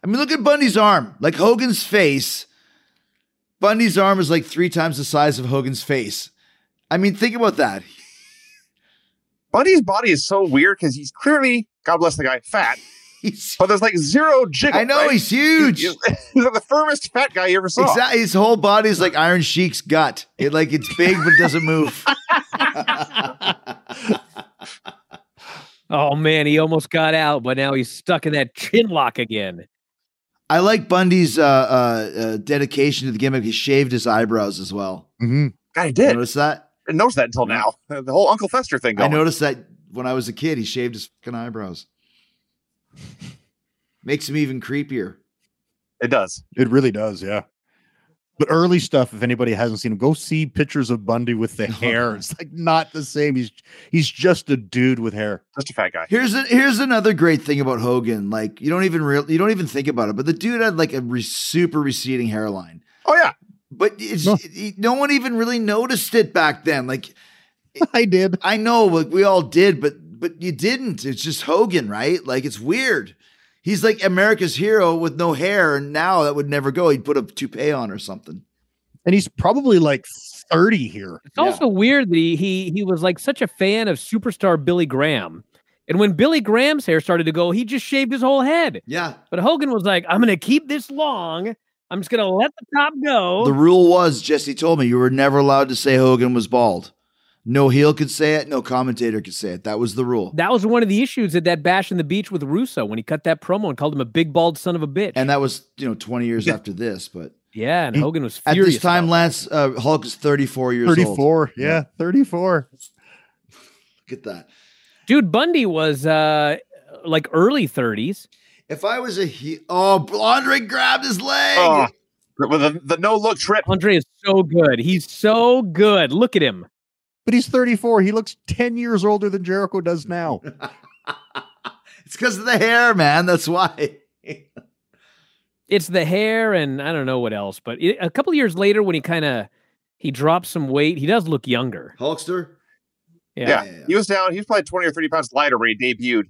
S7: I mean, look at Bundy's arm, like Hogan's face. Bundy's arm is like three times the size of Hogan's face. I mean, think about that.
S5: Bundy's body is so weird because he's clearly, God bless the guy, fat,
S7: He's,
S5: but there's like zero jiggle.
S7: I know
S5: right?
S7: he's huge.
S5: He's, he's like the firmest fat guy you ever saw.
S7: Exactly, his whole body's like Iron Sheik's gut. It like it's big but doesn't move.
S6: Oh man, he almost got out, but now he's stuck in that chin lock again.
S7: I like Bundy's uh, uh, uh, dedication to the gimmick. He shaved his eyebrows as well.
S8: Mm-hmm.
S5: God, he
S7: You
S5: did.
S7: notice that?
S5: I noticed that until now. The whole Uncle Fester thing
S7: I
S5: going.
S7: noticed that when I was a kid, he shaved his fucking eyebrows. Makes him even creepier.
S5: It does.
S8: It really does. Yeah. But early stuff, if anybody hasn't seen him, go see pictures of Bundy with the hair. It's like not the same. He's he's just a dude with hair.
S5: Just a fat guy.
S7: Here's a, here's another great thing about Hogan. Like you don't even real you don't even think about it, but the dude had like a re- super receding hairline.
S5: Oh yeah.
S7: But it's
S8: No.
S7: no. no one even really noticed it back then. Like
S8: I did.
S7: I know like, we all did, but but you didn't. It's just Hogan, right? Like it's weird. He's like America's hero with no hair, and now that would never go. He'd put a toupee on or something.
S8: And he's probably like 30 here.
S6: It's also weird that he, he he was like such a fan of superstar Billy Graham. And when Billy Graham's hair started to go, he just shaved his whole head.
S7: Yeah.
S6: But Hogan was like, I'm gonna keep this long. I'm just gonna let the top go.
S7: The rule was Jesse told me you were never allowed to say Hogan was bald. No heel could say it. No commentator could say it. That was the rule.
S6: that was one of the issues at that bash in the beach with Russo when he cut that promo and called him a big bald son of a bitch.
S7: and that was you know 20 years after this but
S6: yeah, and
S8: He-
S6: Hogan was
S7: at
S6: furious.
S7: this time
S6: about
S7: lance uh, hulk is 34 years 34. old
S8: 34. Yeah, 34.
S7: look at that
S6: it. dude, Bundy was uh like early 30s.
S7: if i was a he oh andre grabbed his leg
S5: Oh, with the, the no look trip.
S6: Andre is so good. He's so good. Look at him.
S8: But he's 34. He looks 10 years older than Jericho does now.
S7: it's because of the hair man that's why
S6: it's the hair and I don't know what else, but it, a couple years later when he kind of he drops some weight, he does look younger.
S7: hulkster
S6: Yeah.
S5: Yeah.
S7: yeah, yeah.
S5: He was down. He was probably 20 or 30 pounds lighter when he debuted.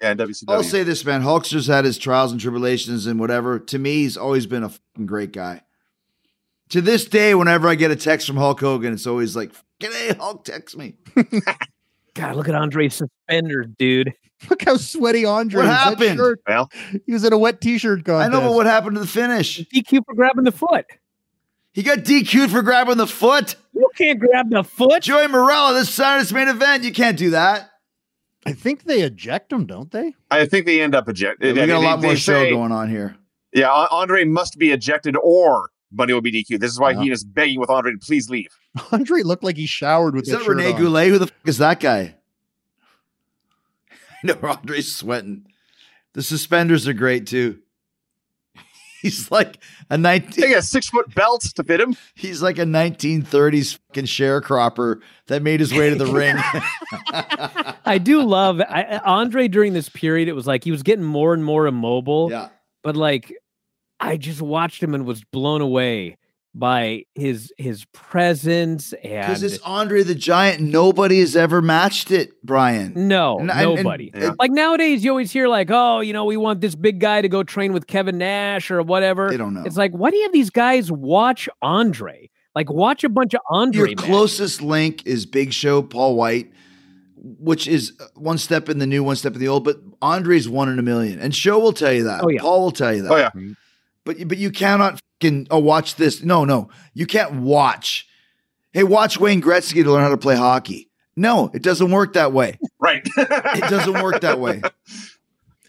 S5: And WCW.
S7: i'll say this man hulkster's had his trials and tribulations and whatever to me he's always been a fucking great guy to this day whenever i get a text from hulk hogan it's always like fucking hey hulk text me
S6: God, look at Andre's suspenders, dude.
S8: Look how sweaty Andre is.
S7: What
S8: That
S7: happened?
S8: shirt-
S5: well,
S8: he was in a wet t shirt
S7: i
S8: contest.
S7: know but what happened to the finish
S6: DQ for grabbing the foot.
S7: he got dq'd for grabbing the foot
S6: You can't grab the foot.
S7: Joey Morella, this Saturday's main event. You can't do that.
S8: I think they eject him, don't they?
S5: I think they end up ejected.
S7: we got a lot more show
S5: say,
S7: going on here.
S5: Yeah, An- Andre must be ejected or Bundy will be DQ. This is why
S7: Uh-huh.
S8: Yeah.
S5: he is begging with Andre to please leave.
S8: Andre looked like he showered with
S7: Is
S8: that
S7: that
S8: shirt
S7: Rene
S8: on.
S7: Goulet? Who the fuck is that guy? I know Andre's sweating. The suspenders are great too. He's like a
S5: They
S7: nineteen.
S5: got six foot belts to fit him.
S7: He's like a nineteen thirties fucking sharecropper that made his way to the ring.
S6: I do love I, I- Andre during this period. It was like he was getting more and more immobile,
S7: Yeah,
S6: but like I just watched him and was blown away by his his presence and
S7: because it's Andre the Giant. Nobody has ever matched it, Brian.
S6: no
S7: And- and- and-
S6: nobody.
S5: Yeah.
S6: Like nowadays, you always hear like, "Oh, you know, we want this big guy to go train with Kevin Nash or whatever."
S7: They don't know.
S6: It's like, why do you have these guys watch Andre? Like, watch a bunch of Andre.
S7: Your
S6: matches.
S7: closest link is Big Show, Paul White, which is uh, one step in the new, one step in the old. But Andre's one in a million, and Show will tell you that.
S6: Oh, yeah.
S7: Paul will tell you that.
S5: Oh, yeah.
S7: But but you cannot fucking oh watch this. No, no, you can't watch. Hey, watch Wayne Gretzky to learn how to play hockey. No, it doesn't work that way.
S5: Right.
S7: It doesn't work that way.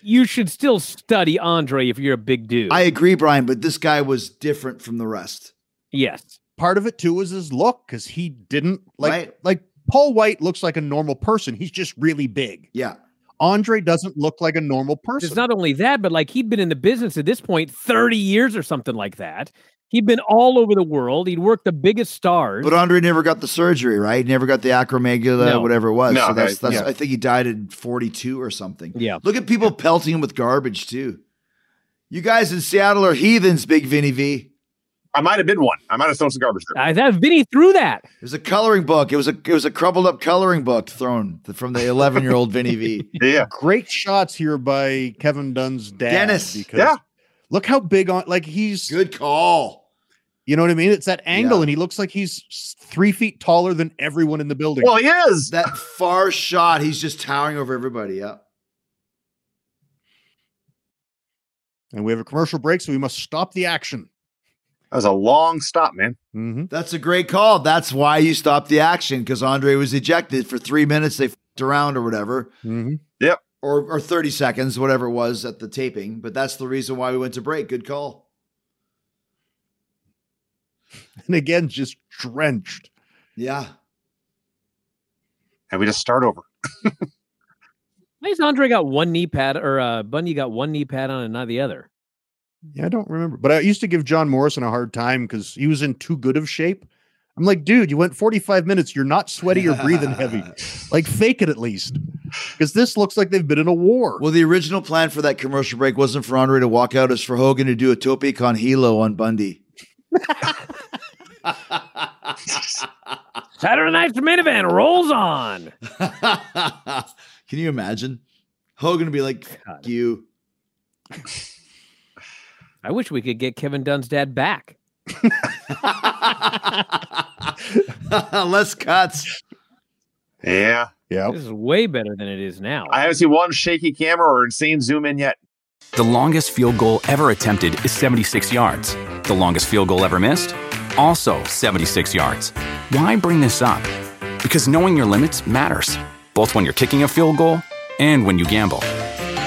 S6: You should still study Andre if you're a big dude.
S7: I agree, Brian, but this guy was different from the rest.
S6: yes.
S8: Part of it too was his look because he didn't like
S7: Right.
S8: like Paul White looks like a normal person. He's just really big.
S7: Yeah.
S8: Andre doesn't look like a normal person.
S6: It's not only that, but like he'd been in the business at this point 30 years or something like that. He'd been all over the world. He'd worked the biggest stars.
S7: But Andre never got the surgery, right? He never got the acromegula,
S6: No.
S7: whatever it was.
S5: No,
S7: so that's
S5: right,
S7: that's
S5: yeah.
S7: I think he died at 42 or something.
S6: yeah.
S7: Look at people pelting him with garbage too. You guys in Seattle are heathens, Big Vinny V.
S5: I might have been one. I might have thrown some garbage there.
S6: I that Vinny threw that.
S7: It was a coloring book. It was a it was a crumpled up coloring book thrown from the 11 year old Vinny V.
S5: Yeah.
S8: great shots here by Kevin Dunn's dad.
S7: Dennis.
S8: because
S5: Yeah.
S8: look how big on like he's
S7: Good call.
S8: you know what I mean. It's that angle,
S7: Yeah.
S8: and he looks like he's s- three feet taller than everyone in the building.
S5: Well, he is.
S7: That far shot, he's just towering over everybody. Yeah.
S8: and we have a commercial break, so we must stop the action.
S5: That was a long stop, man.
S8: Mhm.
S7: That's a great call. That's why you stopped the action because Andre was ejected for three minutes. They fed around or whatever,
S5: mm-hmm.
S8: Mhm.
S7: or, or 30 seconds, whatever it was at the taping. But that's the reason why we went to break. Good call.
S8: And again, just drenched.
S7: Yeah.
S5: And we just start over.
S6: Why is Andre got one knee pad or uh, Bundy got one knee pad on and not the other?
S8: Yeah, I don't remember, but I used to give John Morrison a hard time because he was in too good of shape. I'm like, dude, you went 45 minutes. You're not sweaty or breathing heavy. Like, fake it at least, because this looks like they've been in a war.
S7: Well, the original plan for that commercial break wasn't for Andre to walk out, it was for Hogan to do a tope con hilo on Bundy.
S6: Saturday night's main event rolls on.
S7: Can you imagine? Hogan would be like, Fuck you.
S6: I wish we could get Kevin Dunn's dad back.
S7: Less cuts.
S5: Yeah.
S8: yeah,
S6: This is way better than it is now.
S5: I haven't seen one shaky camera or insane zoom in yet.
S9: The longest field goal ever attempted is 76 yards. The longest field goal ever missed? Also 76 yards. Why bring this up? Because knowing your limits matters, both when you're kicking a field goal and when you gamble.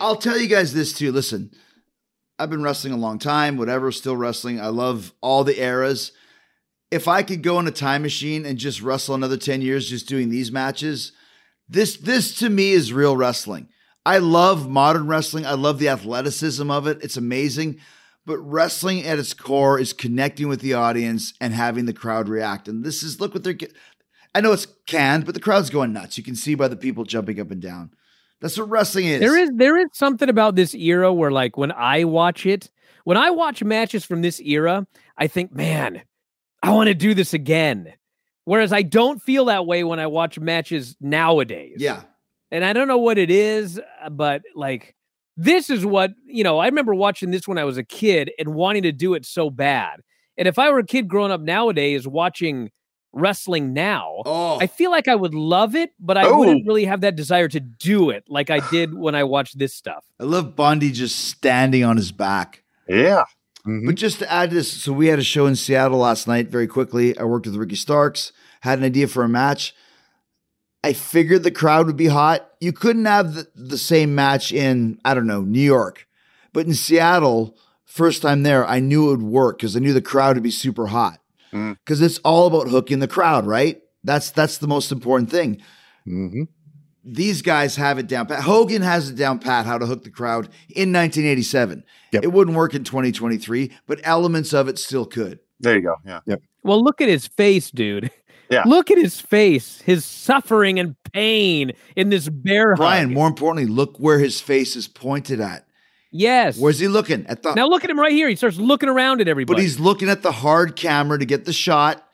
S7: I'll tell you guys this too. Listen, I've been wrestling a long time, whatever, still wrestling. I love all the eras. If I could go in a time machine and just wrestle another 10 years just doing these matches, this this to me is real wrestling. I love modern wrestling. I love the athleticism of it. It's amazing. But wrestling at its core is connecting with the audience and having the crowd react. And this is look what they're get- I know it's canned, but the crowd's going nuts. You can see by the people jumping up and down. That's what wrestling is.
S6: There is there is something about this era where like when I watch it, when I watch matches from this era, I think, man, I want to do this again. Whereas I don't feel that way when I watch matches nowadays.
S7: Yeah.
S6: And I don't know what it is, uh, but like this is what, you know, I remember watching this when I was a kid and wanting to do it so bad. And if I were a kid growing up nowadays watching wrestling now,
S7: Oh,
S6: I feel like I would love it, but I
S5: Oh.
S6: wouldn't really have that desire to do it like I did when I watched this stuff.
S7: I love Bondi just standing on his back.
S5: Yeah.
S7: But just to add this, so we had a show in Seattle last night very quickly. I worked with Ricky Starks, had an idea for a match. I figured the crowd would be hot. You couldn't have the, the same match in, I don't know, New York. But in Seattle, first time there, I knew it would work because I knew the crowd would be super hot.
S5: Mm.
S7: Because it's all about hooking the crowd, right? That's that's the most important thing.
S8: hmm
S7: these guys have it down pat. Hogan has it down pat how to hook the crowd in 1987.
S8: Yep.
S7: It wouldn't work in 2023, but elements of it still could.
S5: There you go. Yeah.
S6: Well, look at his face, dude.
S5: Yeah.
S6: Look at his face, his suffering and pain in this bear
S7: Brian,
S6: hug.
S7: more importantly, look where his face is pointed at.
S6: Yes.
S7: Where's he looking? At the
S6: now look at him right here. He starts looking around at
S7: but
S6: everybody.
S7: he's looking at the hard camera to get the shot.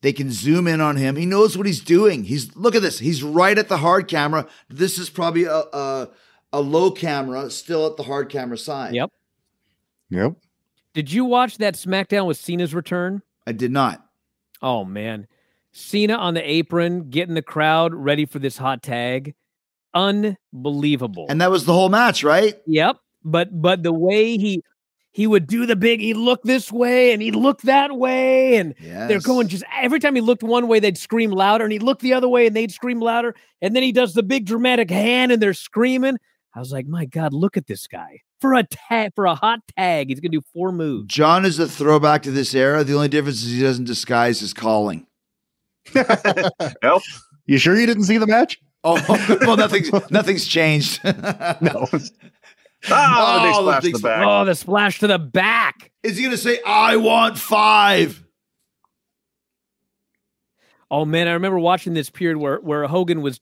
S7: They can zoom in on him. He knows what he's doing. He's look at this. He's right at the hard camera. This is probably a a, a low camera, still at the hard camera side.
S6: Yep.
S8: Yep.
S6: Did you watch that SmackDown with Cena's return?
S7: I did not.
S6: Oh man. Cena on the apron, getting the crowd ready for this hot tag. Unbelievable.
S7: And that was the whole match, right?
S6: Yep. But but the way he he would do the big he'd look this way and he'd look that way and
S7: Yeah.
S6: they're going just every time he looked one way they'd scream louder and he'd look the other way and they'd scream louder and then he does the big dramatic hand and they're screaming. I was like, "My god, look at this guy. For a tag for a hot tag, he's going to do four moves."
S7: John is a throwback to this era. The only difference is he doesn't disguise his calling.
S5: Well,
S8: You sure you didn't see the match?
S7: Oh well, nothing's nothing's changed.
S8: No.
S5: ah,
S7: Oh, the
S5: the big splash
S7: big
S5: in the back.
S6: Oh, the splash to the back.
S7: Is he gonna say, "I want five?
S6: Oh man, I remember watching this period where where Hogan was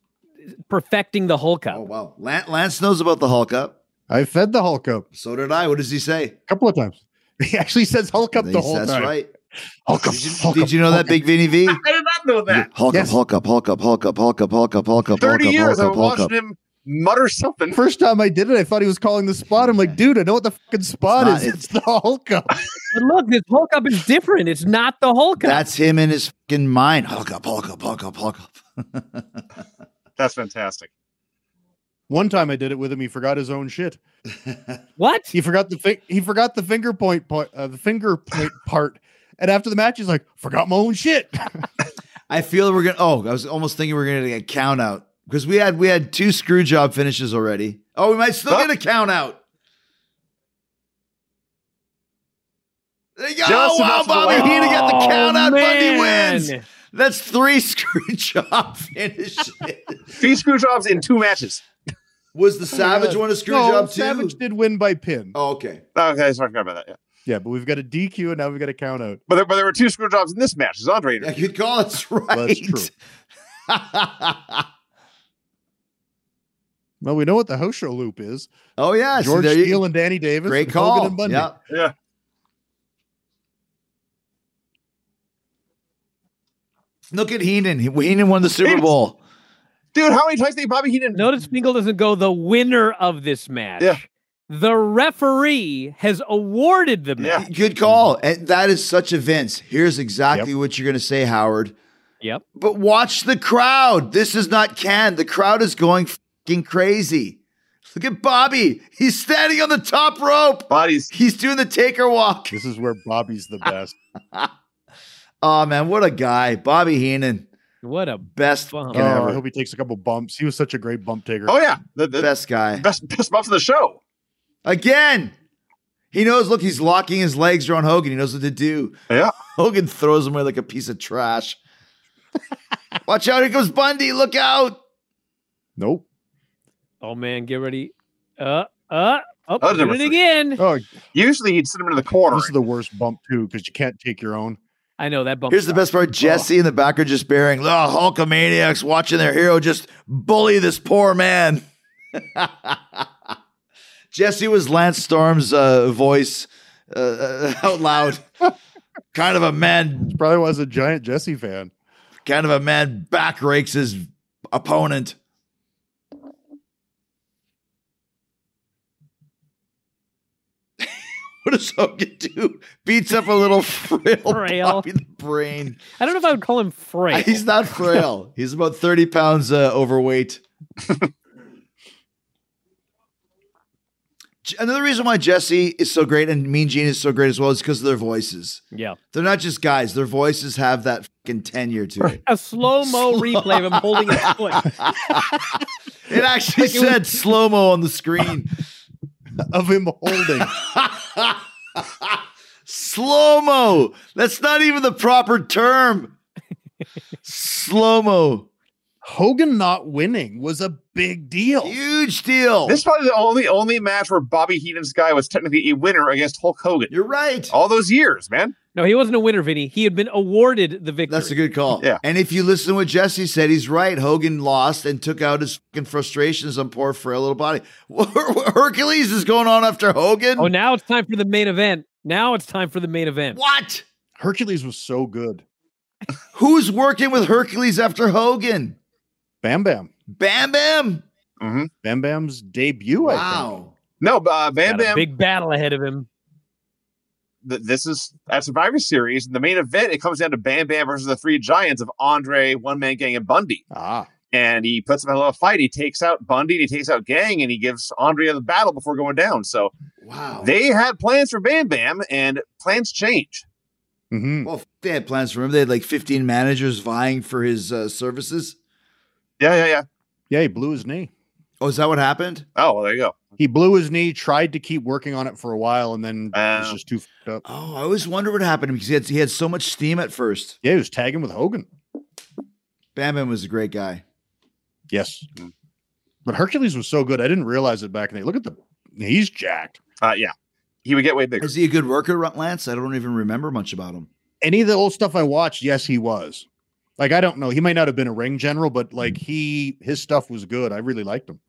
S6: perfecting the Hulk up.
S7: Oh wow, Lan- Lance knows about the Hulk up.
S8: I fed the Hulk up
S7: So did I. What does he say?
S8: a couple of times. He actually says Hulk up the
S7: He's-
S8: whole
S7: That's
S8: time.
S7: right.
S8: Hulk up.
S7: Did you,
S8: Hulk
S7: did
S8: up,
S7: you know
S8: Hulk
S7: that, Big Vinny V?
S5: I did not know that.
S7: Hulk
S8: Yes.
S7: up, Hulk up, Hulk up, Hulk up, Hulk up, Hulk up, Hulk up, Hulk
S5: Thirty
S7: up, Hulk
S5: years I've
S7: up,
S5: been
S7: Hulk
S5: watching
S7: up.
S5: him mutter something.
S8: First time I did it, I thought he was calling the spot. I'm like, dude, I know what the fucking spot
S7: not-
S8: is. It's the Hulk up.
S6: But look, this Hulk up is different. It's not the Hulk up.
S7: That's him in his fucking mind. Hulk up, Hulk up, Hulk up, Hulk up.
S5: That's fantastic.
S8: One time I did it with him. He forgot his own shit.
S6: what?
S8: He forgot the fi- he forgot the finger point part, uh, the finger point part. And after the match, he's like, forgot my own shit.
S7: I feel we're gonna. Oh, I was almost thinking we are gonna get a count out because we had we had two screw job finishes already. Oh, we might still
S5: Huh?
S7: get a count out. There you go.
S5: Just
S7: wow,
S5: enough of the
S7: Bobby
S5: way-
S7: Heenan got the
S6: Oh,
S7: count out. Bundy wins.
S6: man.
S7: That's three screw job finishes.
S5: Three screw jobs in two matches.
S7: Was
S5: Oh,
S7: the Savage one a screw
S8: No,
S7: job too?
S8: Savage did win by pin.
S7: Oh, okay.
S5: Okay, I forgot about that. Yeah.
S8: Yeah, but we've got a DQ and now we've got a count out.
S5: But there, but there were two screw jobs in this match. It's Andre.
S7: I could call it's right.
S8: That's true. Well, we know what the house show loop is.
S7: oh yeah, see,
S8: George
S7: there you-
S8: Steele and Danny Davis.
S7: Great
S8: and
S7: call.
S8: Hogan and Bundy.
S7: Yep.
S5: Yeah.
S7: Look at Heenan. He- Heenan won the Super
S5: Heenan's-
S7: Bowl.
S5: Dude, how many times did Bobby Heenan?
S6: Notice Finkel doesn't go the winner of this match.
S5: Yeah.
S6: The referee has awarded the
S5: Yeah.
S6: match.
S7: Good call. And that is such a Vince. Here's exactly what you're going to say, Howard.
S6: Yep.
S7: But watch the crowd. This is not canned. The crowd is going fucking crazy. Look at Bobby. He's standing on the top rope.
S5: Bodies.
S7: He's doing the taker walk.
S8: This is where Bobby's
S7: Ah.
S8: the best.
S7: Oh man, what a guy. Bobby Heenan.
S6: What a
S7: Best
S6: Wow.
S7: fucking
S8: oh, I
S7: ever.
S8: hope he takes a couple bumps. He was such a great bump taker.
S5: Oh yeah, the, the
S7: Best guy.
S5: best best bumps of the show.
S7: Again. He knows, look, he's locking his legs around Hogan. He knows what to do.
S5: Yeah.
S7: Hogan throws him away like a piece of trash. Watch out, here comes Bundy. Look out.
S8: Nope.
S6: Oh man, get ready. Uh uh oh,
S5: That was
S6: did
S5: number
S6: it
S5: three.
S6: again.
S8: Oh,
S5: Usually he'd send him into the corner.
S8: this is the worst bump too because you can't take your own.
S6: I know that bump.
S7: Here's the best part. Jesse in the back are just bearing, oh, Hulkamaniacs watching their hero just bully this poor man. Jesse was Lance Storm's uh, voice uh, uh, out loud. kind of a man,
S8: Probably was a giant Jesse fan.
S7: kind of a man back rakes his opponent. what does Hogan do? Beats up a little frail,
S6: Frail.
S7: Bobby the brain.
S6: I don't know if I would call him Frank.
S7: He's not frail. He's about 30 pounds uh, overweight. J- Another reason why Jesse is so great and Mean Gene is so great as well is because of their voices.
S6: yeah.
S7: They're not just guys, their voices have that fucking tenure to it.
S6: A slow-mo replay of him holding his foot.
S7: It actually
S6: Like it was-
S7: said slow mo on the screen.
S8: Of him holding.
S7: slow mo. That's not even the proper term. slow mo.
S8: Hogan not winning was a big deal.
S7: Huge deal.
S5: This is probably the only only match where Bobby Heenan's guy was technically a winner against Hulk Hogan.
S7: You're right.
S5: All those years, man.
S6: No, he wasn't a winner, Vinny. He had been awarded the victory.
S7: That's a good call.
S5: Yeah.
S7: And if you listen to what Jesse said, he's right. Hogan lost and took out his fucking frustrations on poor frail little body. Hercules is going on after Hogan.
S6: Oh, now it's time for the main event. Now it's time for the main event.
S7: What?
S8: Hercules was so good.
S7: Who's working with Hercules after Hogan?
S8: Bam Bam.
S7: Bam Bam.
S5: hmm
S8: Bam Bam's debut. I think.
S7: Wow.
S5: No, uh, Bam
S6: Got a
S5: Bam.
S6: big battle ahead of him.
S5: th- this is at Survivor Series, and the main event it comes down to Bam Bam versus the three giants of Andre, One Man Gang, and Bundy.
S8: Ah,
S5: And he puts him in a little fight. He takes out Bundy, and he takes out Gang, and he gives Andre the battle before going down. So
S6: Oh.
S7: Wow.
S5: they had plans for Bam Bam, and plans change.
S8: hmm
S7: well, f- they had plans for him. They had like 15 managers vying for his uh, services.
S5: Yeah, yeah, yeah.
S8: yeah, he blew his knee.
S7: Oh, is that what happened?
S5: Oh, well, there you go.
S8: He blew his knee. Tried to keep working on it for a while, and then it was
S5: Oh.
S8: just too fucked up.
S7: Oh, I always wonder what happened because he had, he had so much steam at first.
S8: Yeah, he was tagging with Hogan.
S7: Bam Bam was a great guy.
S8: Yes, but Hercules was so good. I didn't realize it back in the day. Look at the he's jacked.
S5: Uh, yeah, he would get way bigger.
S7: Is he a good worker, Lance? I don't even remember much about him.
S8: Any of the old stuff I watched, yes, he was. Like I don't know, he might not have been a ring general, but like he his stuff was good. I really liked him.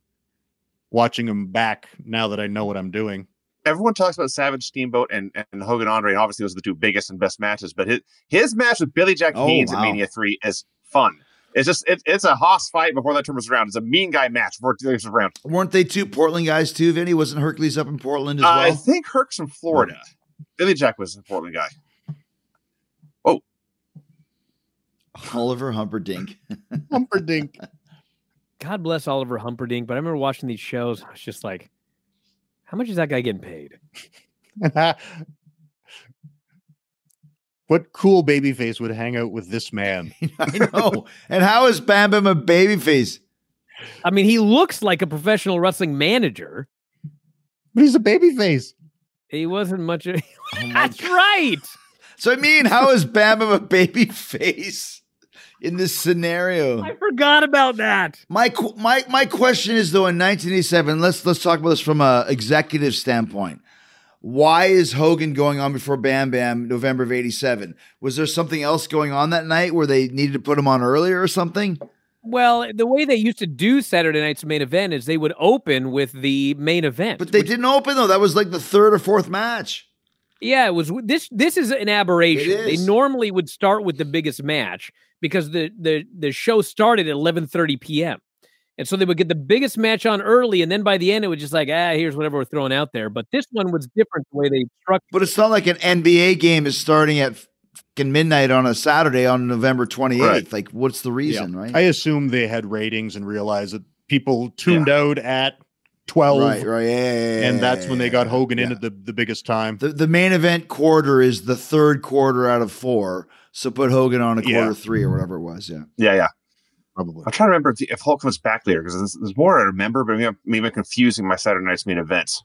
S8: Watching him back now that I know what I'm doing.
S5: Everyone talks about Savage Steamboat and, and Hogan Andre, and obviously those are the two biggest and best matches. But his his match with Billy Jack
S7: Oh,
S5: Haynes
S7: wow.
S5: at Mania Three is fun. It's just it, it's a hoss fight before that term was around. It's a mean guy match before it was around.
S7: Weren't they two Portland guys too, Vinny? Wasn't Hercules up in Portland as
S5: Uh,
S7: well?
S5: I think Herc's from Florida. Billy Jack was a Portland guy.
S7: Oliver Humperdinck.
S8: Humperdinck.
S6: God bless Oliver Humperdinck. But I remember watching these shows. I was just like, how much is that guy getting paid?
S8: what cool babyface would hang out with this man?
S7: I know. and how is Bam Bam a babyface?
S6: I mean, he looks like a professional wrestling manager.
S8: But he's a babyface.
S6: He wasn't much. Of,
S7: Oh, my
S6: that's right.
S7: So I mean, how is Bam Bam a babyface in this scenario?
S6: I forgot about that.
S7: My qu- my my question is though in 1987, let's let's talk about this from a executive standpoint. Why is Hogan going on before Bam Bam November of 87? Was there something else going on that night where they needed to put him on earlier or something?
S6: Well, the way they used to do Saturday night's main event is they would open with the main event.
S7: But they didn't open though. That was like the third or fourth match.
S6: Yeah, it was this. This is an aberration. They
S7: is.
S6: normally would start with the biggest match because the the the show started at eleven thirty p.m. And so they would get the biggest match on early, and then by the end it was just like, ah, here's whatever we're throwing out there. But this one was different the way they structured.
S7: But it's not like an NBA game is starting at fucking midnight on a Saturday on November 28th.
S5: Right.
S7: Like what's the reason,
S8: Yeah.
S7: right?
S8: I assume they had ratings and realized that people tuned out at 12
S7: right, right. Yeah, yeah, yeah,
S8: and that's when they got
S7: yeah,
S8: Hogan
S7: yeah.
S8: in at the, the biggest time.
S7: The, the main event quarter is the third quarter out of four. So put Hogan on a
S8: Yeah.
S7: quarter three or whatever it was. Yeah.
S5: Yeah, yeah.
S8: Probably.
S5: I'm trying to remember if, if Hulk comes back later because there's, there's more I remember, but maybe I'm, maybe I'm confusing my Saturday night's main events.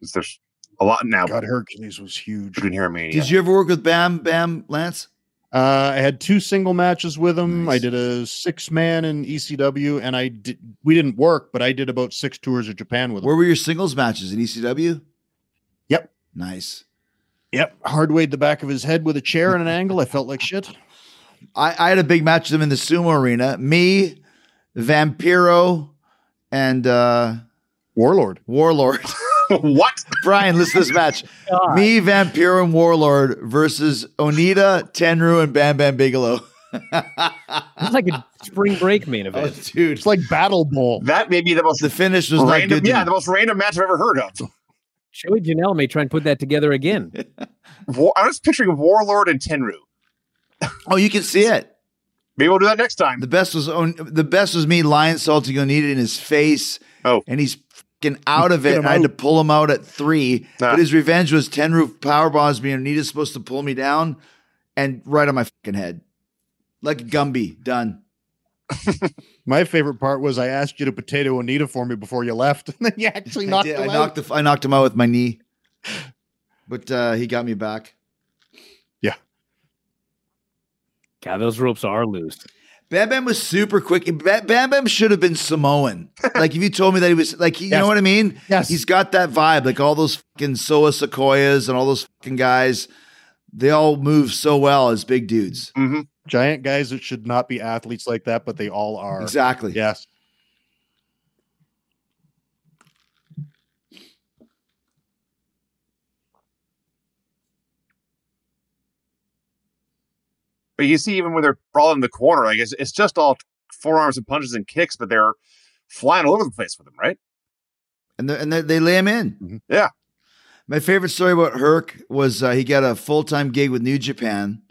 S5: 'Cause There's a lot now
S8: God, Hercules was huge.
S5: between here and Mania.
S7: Did you ever work with Bam Bam Lance?
S8: Uh, I had two single matches with him. I
S7: Nice.
S8: did a six man in ECW, and I did. We didn't work, but I did about six tours of Japan with him.
S7: Where were your singles matches in ECW?
S8: Yep.
S7: Nice.
S8: Yep, hardwayed the back of his head with a chair in an angle. I felt like shit.
S7: I, I had a big match with him in the sumo arena. Me, Vampiro, and uh,
S8: Warlord.
S7: Warlord.
S5: what?
S7: Brian, listen to this match.
S6: God.
S7: Me, Vampiro, and Warlord versus Onita, Tenru, and Bam Bam Bigelow.
S6: It's like a spring break main
S7: Oh,
S6: event.
S7: dude.
S8: It's like Battle Bowl.
S5: That may be the most
S7: The finish was not
S5: random.
S7: good. to
S5: Yeah,
S7: me.
S5: the most random match I've ever heard of.
S6: Joey Janela may try and put that together again.
S5: War, I was picturing Warlord and Tenru.
S7: Oh, you can see it.
S5: Maybe we'll do that next time.
S7: The best was on, the best was me lion salting Onita in his face.
S5: Oh.
S7: and he's fucking out of it.
S8: him
S7: and I had to pull him out at three.
S5: Ah.
S7: But his revenge was ten roof power bombs me. and Onita's supposed to pull me down, and right on my fucking head, like Gumby. Done.
S8: My favorite part was I asked you to potato Anita for me before you left, and then you actually
S7: I,
S8: knocked
S7: did,
S8: him
S7: I
S8: out.
S7: knocked the, I knocked him out with my knee, but uh, he got me back.
S6: God, those ropes are loose.
S7: Bam Bam was super quick. Ba- Bam Bam should have been Samoan. Like if you told me that he was like, he, you
S8: Yes.
S7: know what I mean?
S8: Yes.
S7: He's got that vibe. Like all those fucking Soa Sequoias and all those fucking guys, they all move so well as big dudes.
S8: Giant guys that should not be athletes like that, but they all are.
S7: Exactly.
S8: Yes.
S5: But you see, even when they're brawling in the corner, like it's, it's just all forearms and punches and kicks, but they're flying all over the place with them, right?
S7: And they and they they lay him in.
S5: Yeah.
S7: My favorite story about Herc was uh, he got a full time gig with New Japan.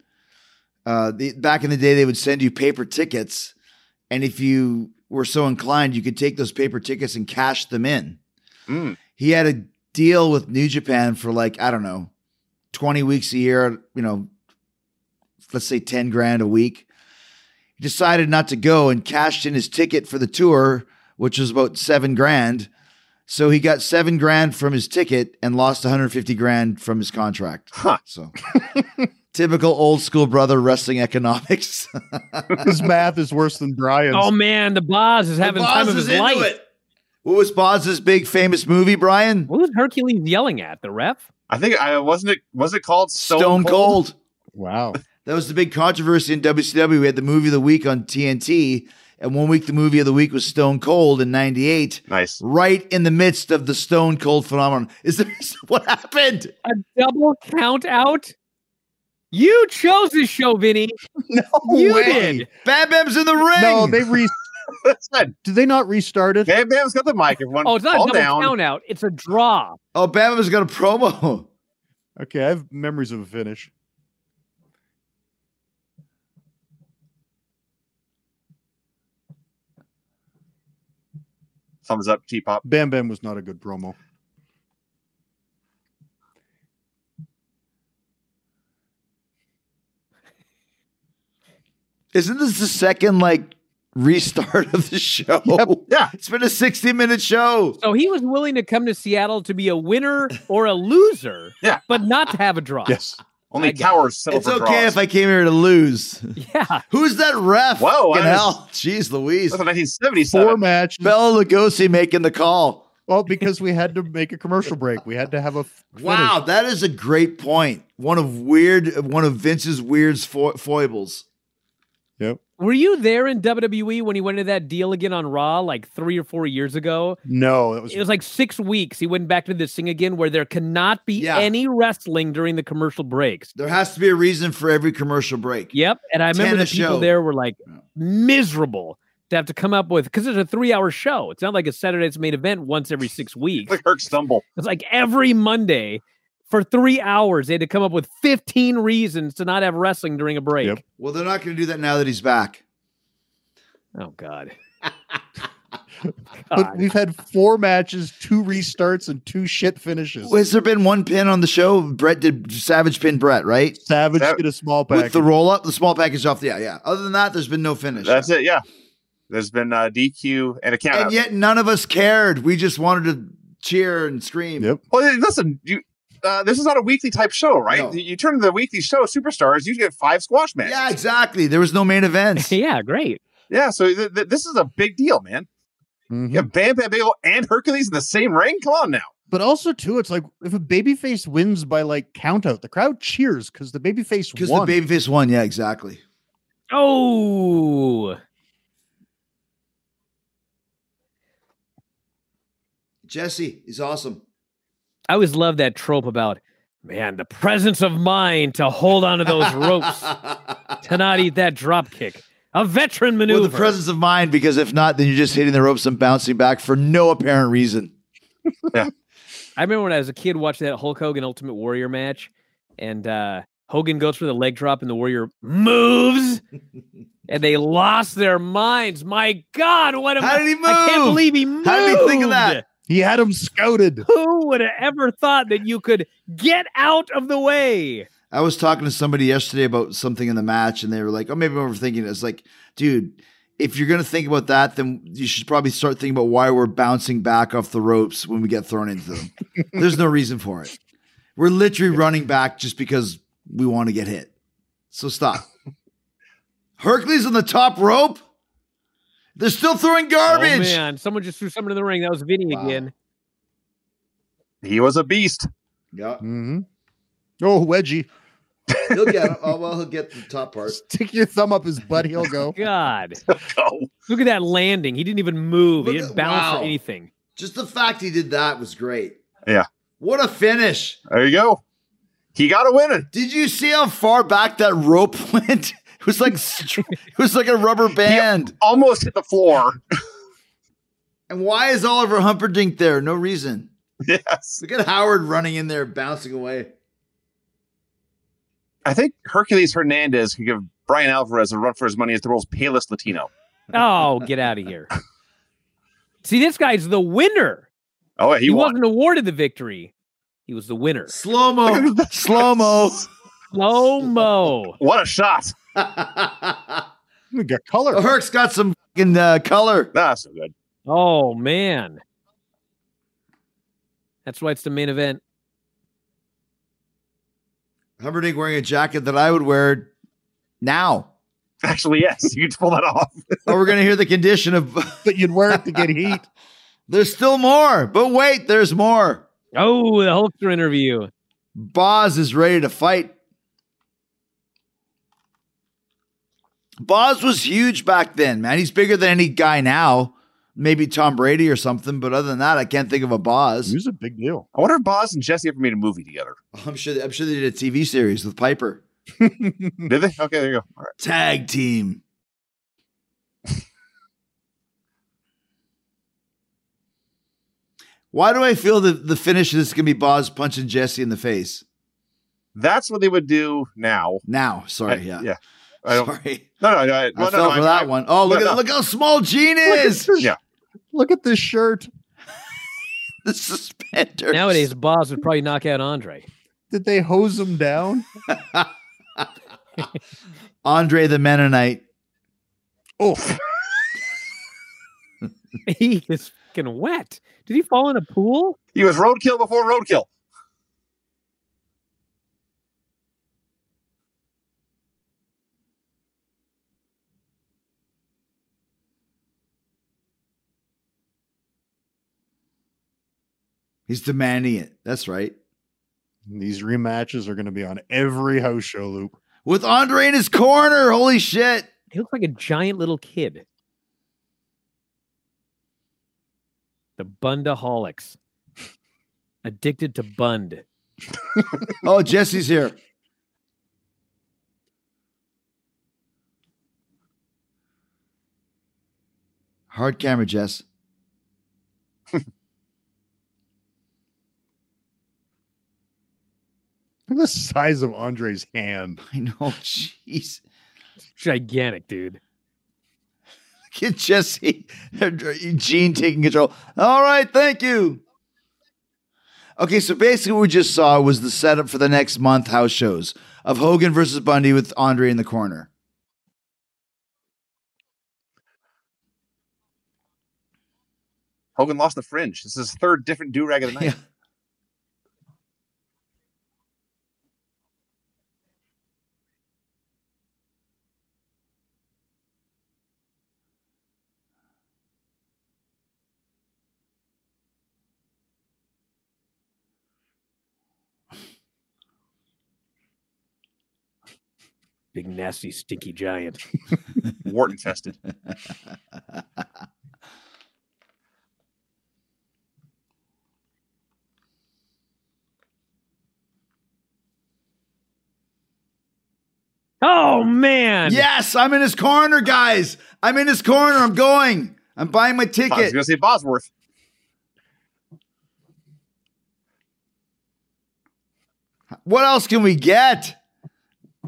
S7: Uh, the, back in the day, they would send you paper tickets, and if you were so inclined, you could take those paper tickets and cash them in.
S5: Mm.
S7: He had a deal with New Japan for like I don't know, twenty weeks a year. You know, let's say ten grand a week. He decided not to go and cashed in his ticket for the tour, which was about seven grand. So he got seven grand from his ticket and lost 150 grand from his contract.
S5: Huh.
S7: So typical old school brother wrestling economics.
S8: His math is worse than Brian's.
S6: Oh man, the Boz is having time of his life.
S7: What was Boz's big famous movie, Brian?
S6: What was Hercules yelling at? The ref?
S5: I think I wasn't it was it called
S7: Stone,
S5: Stone,
S7: Cold.
S8: wow.
S7: That was the big controversy in WCW. We had the movie of the week on TNT, and one week the movie of the week was Stone Cold in '98.
S5: Nice.
S7: Right in the midst of the Stone Cold phenomenon, is there what happened?
S6: A double count out? You chose this show, Vinny.
S8: No
S6: You
S8: way.
S6: did.
S7: Bam Bam's in the ring.
S8: No, they re.
S5: That's good.
S8: Did they not restart it?
S5: Okay, Bam's got the mic. Everyone,
S6: Oh, it's not a
S5: calm
S6: double
S5: down.
S6: count out. It's a draw.
S7: oh, Bam Bam's got a promo.
S8: Okay, I have memories of a finish.
S5: Thumbs up, T pop.
S8: Bam Bam was not a good promo.
S7: Isn't this the second like restart of the show?
S5: Yeah.
S7: It's been a 60 minute show.
S6: So he was willing to come to Seattle to be a winner or a loser,
S5: Yeah.
S6: but not to have a draw.
S8: Yes.
S5: Only
S6: I got
S5: cowards settle
S7: It's
S5: for
S7: okay
S5: draws.
S7: if I came here to lose.
S6: Yeah.
S7: Who's that ref?
S5: Whoa,
S7: Fucking
S5: I was-
S7: hell. Jeez Louise.
S5: That's a 1977.
S8: Four matches.
S7: Bella Lugosi making the call.
S8: Well, because we had to make a commercial break. We had to have a f-
S7: Wow, that is a great point. One of weird, one of Vince's weird fo- foibles.
S8: finish. Yep.
S6: Were you there in WWE when he went into that deal again on Raw like three or four years ago?
S8: No, that was,
S6: It was like six weeks. He went back to this thing again where there cannot be
S7: Yeah.
S6: any wrestling during the commercial breaks.
S7: There has to be a reason for every commercial break.
S6: Yep. And I remember the
S7: Tennis
S6: people
S7: show.
S6: there were like miserable to have to come up with because it's a three hour show. It's not like a Saturday's main event once every six weeks.
S5: like Herc Stumble.
S6: It's like every Monday for three hours, they had to come up with 15 reasons to not have wrestling during a break.
S8: Yep.
S7: Well, they're not going to do that now that he's back.
S6: Oh, God.
S8: but
S6: God.
S8: we've had four matches, two restarts, and two shit finishes.
S7: Has there been one pin on the show? Brett did Savage pin Brett, right?
S8: Savage
S5: That-
S8: did a small
S7: With
S8: pack.
S7: the roll up, the small package off the yeah, yeah. Other than that, there's been no finish.
S5: That's it. Yeah. There's been uh, DQ and a count
S7: and
S5: out.
S7: yet none of us cared. We just wanted to cheer and scream.
S8: Yep.
S5: Well, hey, listen, you. Uh, this is not a weekly type show, right?
S7: No.
S5: You turn to the weekly show, Superstars, you get five squash matches.
S7: Yeah, exactly. There was no main events.
S6: yeah, great.
S5: Yeah, so th- th- this is a big deal, man.
S8: Mhm.
S5: Yeah, Bam Bam Bagel and Hercules in the same ring? Come on now.
S8: But also too, it's like if a babyface wins by like count out, the crowd cheers because the babyface
S7: Because the
S8: won.
S7: babyface won. Yeah, exactly.
S6: Oh,
S7: Jesse is awesome.
S6: I always love that trope about, man, the presence of mind to hold onto those ropes to not eat that drop kick. A veteran maneuver.
S7: With the presence of mind, because if not, then you're just hitting the ropes and bouncing back for no apparent reason.
S6: I remember when I was a kid watching that Hulk Hogan Ultimate Warrior match, and uh, Hogan goes for the leg drop, and the Warrior moves, and they lost their minds. My God, what am
S7: How did he
S6: I can't
S7: move?
S6: believe he moved.
S7: How did he think of that?
S8: he had him scouted.
S6: Who would have ever thought that you could get out of the way?
S7: I was talking to somebody yesterday about something in the match, and they were like, "Oh, maybe I'm overthinking it." It's like, dude, if you're gonna think about that, then you should probably start thinking about why we're bouncing back off the ropes when we get thrown into them. There's no reason for it. We're literally running back just because we want to get hit. So stop. Hercules on the top rope. They're still throwing
S6: Oh,
S7: garbage.
S6: man, someone just threw someone in the ring. That was Vinny
S7: Wow.
S6: again.
S5: He was a beast.
S7: yeah,
S8: Mm-hmm. Oh, wedgie.
S7: he'll get him. Oh well, he'll get the top part.
S8: Stick your thumb up his butt. He'll go.
S6: God,
S5: Oh,
S6: look at that landing. He didn't even move. he
S7: Look
S6: didn't
S7: at-
S6: bounce
S7: wow.
S6: or anything.
S7: Just the fact he did that was great.
S5: Yeah.
S7: What a finish.
S5: there you go. He got a winner.
S7: Did you see how far back that rope went? It was like str- it was like a rubber band.
S5: Almost hit the floor.
S7: And why is Oliver Humperdinck there? No reason.
S5: yes.
S7: Look at Howard running in there, bouncing away.
S5: I think Hercules Hernandez could give Brian Alvarez a run for his money as the world's palest Latino.
S6: Oh, get out of here. See, this guy's the winner.
S5: Oh, yeah,
S6: He,
S5: he, won.
S6: wasn't awarded the victory. He was the winner.
S7: Slow mo, slow mo.
S6: Slow mo.
S5: What a shot.
S8: We got color.
S7: Herc's got some fucking uh, color.
S5: That's so good.
S6: Oh man. That's why it's the main event.
S7: Humperdinck wearing a jacket that I would wear now.
S5: Actually, yes, you could pull that off.
S7: Oh, we're gonna hear the condition of.
S8: But you'd wear it to get heat.
S7: there's still more, but wait, there's more.
S6: Oh, the Hulkster interview.
S7: Boz is ready to fight. Boz was huge back then, man. He's bigger than any guy now. Maybe Tom Brady or something, but other than that, I can't think of a
S8: It
S7: Boz.
S8: was a big deal.
S5: I wonder if Boz and Jesse ever made a movie together.
S7: I'm sure. I'm sure they did a TV series with Piper.
S5: Did they? Okay, there you go. All right.
S7: Tag team. Why do I feel that the finish is going to be Boz punching Jesse in the face?
S5: That's what they would do now.
S7: Now,
S5: I-
S7: sorry, yeah,
S5: yeah. I don't,
S7: sorry,
S5: no, no, no. I,
S7: I
S5: no, no,
S7: fell
S5: no,
S7: for
S5: I-
S7: that
S5: I-
S7: one. Oh, look
S5: no,
S7: at
S5: no.
S7: look how small Gene
S8: Look at
S7: is.
S8: this-
S5: Yeah.
S8: Look at this shirt.
S7: the suspenders.
S6: Nowadays, Boz would probably knock out Andre.
S8: Did they hose him down?
S7: Andre the Mennonite.
S8: Oh,
S6: he is fucking wet. Did he fall in a pool?
S5: He was roadkill before roadkill.
S7: He's demanding it. That's right.
S8: these rematches are going to be on every house show loop.
S7: With Andre in his corner. Holy shit.
S6: He looks like a giant little kid. The Bundaholics. Addicted to Bund.
S7: Oh, Jesse's here. Hard camera, Jess.
S8: Look at the size of Andre's hand.
S7: I know. Jeez.
S6: Gigantic, dude.
S7: Get Jesse, Gene taking control. All right, thank you. Okay, so basically, what we just saw was the setup for the next month house shows of Hogan versus Bundy with Andre in the corner.
S5: Hogan lost the fringe. This is his third different do rag of the night.
S7: Yeah.
S6: Big nasty stinky giant.
S5: Wart infested.
S6: Oh man.
S7: Yes, I'm in his corner, guys. I'm in his corner. I'm going. I'm buying my
S5: I was
S7: ticket.
S5: going to say Bosworth.
S7: What else can we get?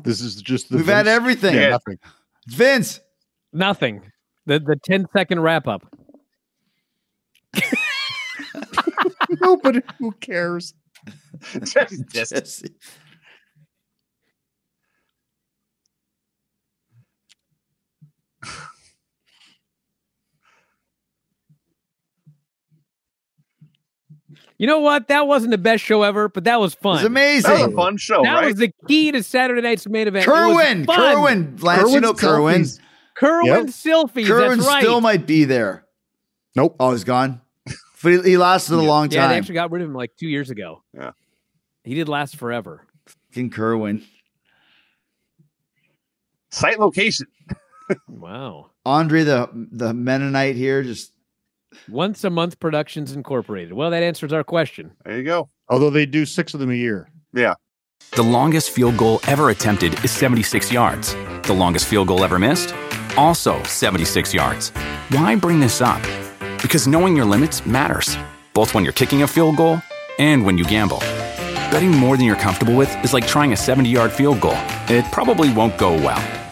S8: This is just the
S7: We've had
S8: Vince-
S7: everything.
S8: Yeah, nothing.
S7: Vince,
S6: Nothing. The the 10 second wrap up.
S8: no, but who cares?
S5: Just-
S7: Jesse.
S6: you know what? That wasn't the best show ever, but that was fun.
S7: It's amazing.
S5: That was a fun show,
S6: that
S5: right?
S6: was the key to Saturday night's main event. It was
S7: Kerwin,
S6: fun.
S7: Kerwin, Lance, you
S8: Kerwin
S7: know Kerwin.
S8: selfies.
S6: Kerwin
S8: Yep.
S6: Silfies.
S7: Kerwin
S6: that's right.
S7: still might be there.
S8: Nope.
S7: Oh, he's gone. But he, he lasted a long
S6: yeah, they
S7: time.
S6: actually got rid of him like two years ago.
S5: Yeah.
S6: he did last forever.
S7: Fucking Kerwin,
S5: Site location.
S6: Wow.
S7: Andre the the Mennonite here. Just
S6: Once a month productions incorporated. Well, that answers our question.
S5: There you go.
S8: Although they do six of them a year.
S5: Yeah.
S9: The longest field goal ever attempted is 76 yards. The longest field goal ever missed? Also 76 yards. Why bring this up? Because knowing your limits matters, both when you're kicking a field goal and when you gamble. Betting more than you're comfortable with is like trying a 70 yard field goal, it probably won't go well.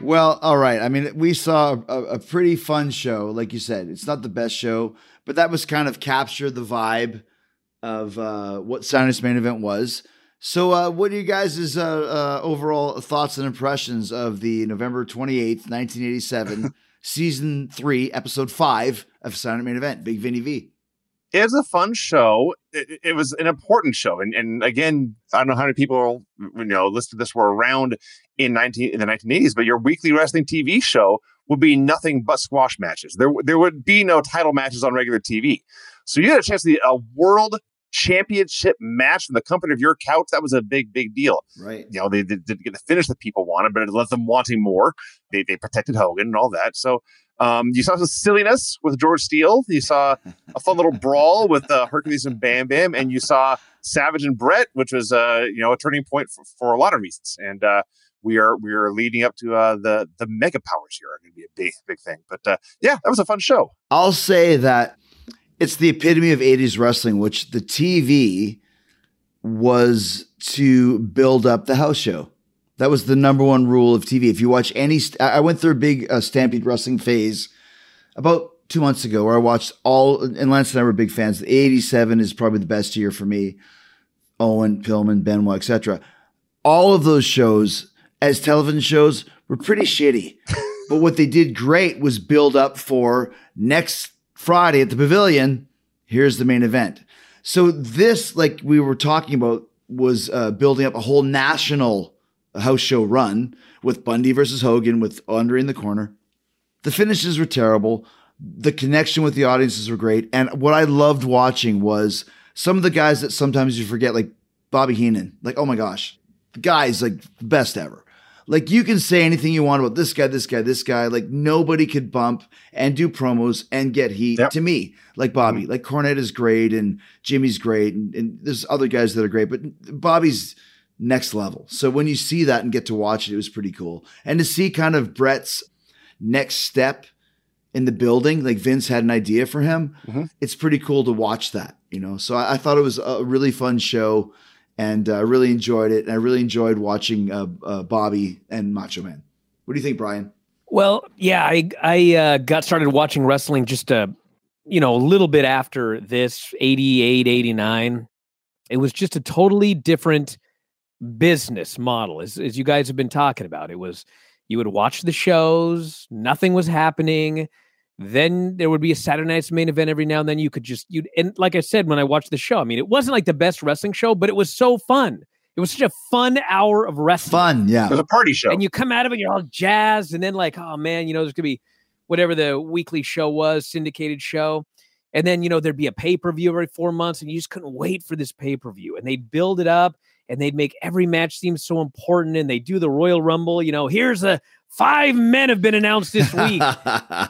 S7: well, all right. I mean, we saw a, a pretty fun show, like you said. It's not the best show, but that was kind of captured the vibe of uh, what Saturday's main event was. So, uh, what are you guys' uh, uh, overall thoughts and impressions of the November twenty eighth, nineteen eighty seven, season three, episode five of Saturday main event? Big Vinny V.
S5: It was a fun show. It, it was an important show, and and again, I don't know how many people you know listed this were around in nineteen in the nineteen eighties, but your weekly wrestling TV show would be nothing but squash matches. There there would be no title matches on regular TV, so you had a chance to see a world championship match from the comfort of your couch. That was a big big deal.
S7: Right.
S5: you know, they did, did get the finish that people wanted, but it left them wanting more. They, they protected Hogan and all that. So um, you saw some silliness with George Steele. You saw a fun little brawl with uh, Hercules and Bam Bam, and you saw Savage and Brett, which was uh, you know a turning point for, for a lot of reasons. And uh, we are we are leading up to uh, the the mega powers here are going to be a big big thing. But uh, yeah, that was a fun show.
S7: I'll say that it's the epitome of 80s wrestling, which the TV was to build up the house show. That was the number one rule of TV. If you watch any, st- I I went through a big uh, Stampede wrestling phase about two months ago where I watched all, and Lance and I were big fans. 87 is probably the best year for me. Owen, Pillman, Benoit, etc. All of those shows as television shows were pretty shitty. But what they did great was build up for next Friday at the pavilion. Here's the main event. So this, like we were talking about, was uh, building up a whole national house show run with Bundy versus Hogan with Andre in the corner. The finishes were terrible. The connection with the audiences were great. And what I loved watching was some of the guys that sometimes you forget, like Bobby Heenan. Like, oh my gosh, the guy's like best ever. Like you can say anything you want about this guy, this guy, this guy. Like nobody could bump and do promos and get heat
S5: Yep.
S7: to me. Like Bobby, like Cornette is great and Jimmy's great and, and there's other guys that are great, but Bobby's next level. So when you see that and get to watch it, it was pretty cool. And to see kind of Brett's next step in the building, like Vince had an idea for him. It's pretty cool to watch that, you know. So I, I thought it was a really fun show, and uh, I really enjoyed it. And I really enjoyed watching uh, uh, Bobby and Macho Man. What do you think, Brian?
S6: Well, yeah, I I uh, got started watching wrestling just a you know a little bit after this 88 89. It was just a totally different business model as as you guys have been talking about. It was you would watch the shows, nothing was happening. Then there would be a Saturday night's main event every now and then. You could just you and like I said when I watched the show, I mean it wasn't like the best wrestling show, but it was so fun. It was such a fun hour of wrestling
S7: Fun,
S5: It was
S7: yeah.
S5: a party show.
S6: and you come out of it, you're all jazzed, and then like, oh man, you know, there's gonna be whatever the weekly show was, syndicated show, and then you know there'd be a pay per view every four months, and you just couldn't wait for this pay per view, and they'd build it up, and they'd make every match seem so important, and they do the Royal Rumble, you know, here's a five men have been announced this week,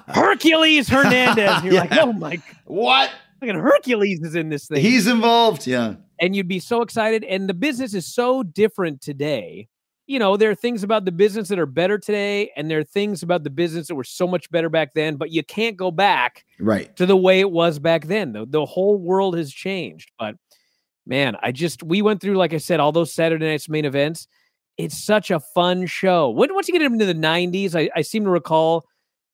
S6: Hercules Hernandez, and you're like,
S7: Yeah.
S6: oh my
S7: what?
S6: Fucking Hercules is in this thing.
S7: He's involved. Yeah.
S6: and you'd be so excited. And the business is so different today. You know, there are things about the business that are better today, and there are things about the business that were so much better back then, but you can't go back
S7: Right.
S6: to the way it was back then. The, the whole world has changed. But man, I just, we went through, like I said, all those Saturday night's main events. It's such a fun show. When, once you get into the 90s, I, I seem to recall,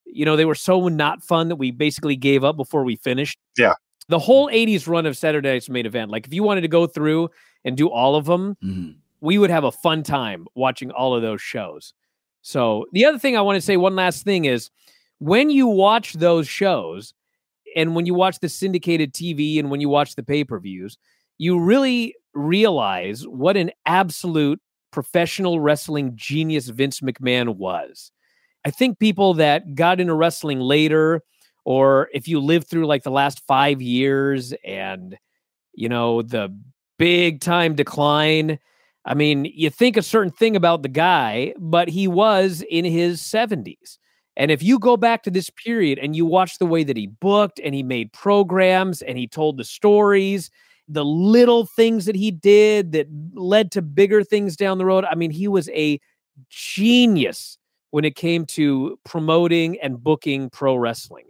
S6: you know, they were so not fun that we basically gave up before we finished.
S5: Yeah.
S6: The whole 80s run of Saturday night's main event, like if you wanted to go through and do all of them,
S7: Mhm.
S6: we would have a fun time watching all of those shows. So the other thing I want to say, one last thing is when you watch those shows and when you watch the syndicated TV and when you watch the pay-per-views, you really realize what an absolute professional wrestling genius Vince McMahon was. I think people that got into wrestling later, or if you lived through like the last five years and you know, the big time decline. I mean, you think a certain thing about the guy, but he was in his 70s. And if you go back to this period and you watch the way that he booked and he made programs and he told the stories, the little things that he did that led to bigger things down the road, I mean, he was a genius when it came to promoting and booking pro wrestling.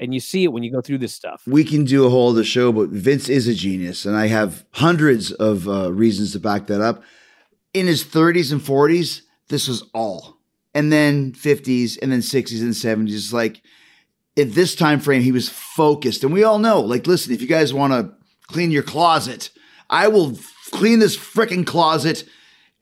S6: And you see it when you go through this stuff.
S7: We can do a whole other show, but Vince is a genius, and I have hundreds of uh, reasons to back that up. In his 30s and 40s, this was all, and then 50s, and then 60s and 70s. It's Like at this time frame, he was focused, and we all know. Like, listen, if you guys want to clean your closet, I will clean this freaking closet.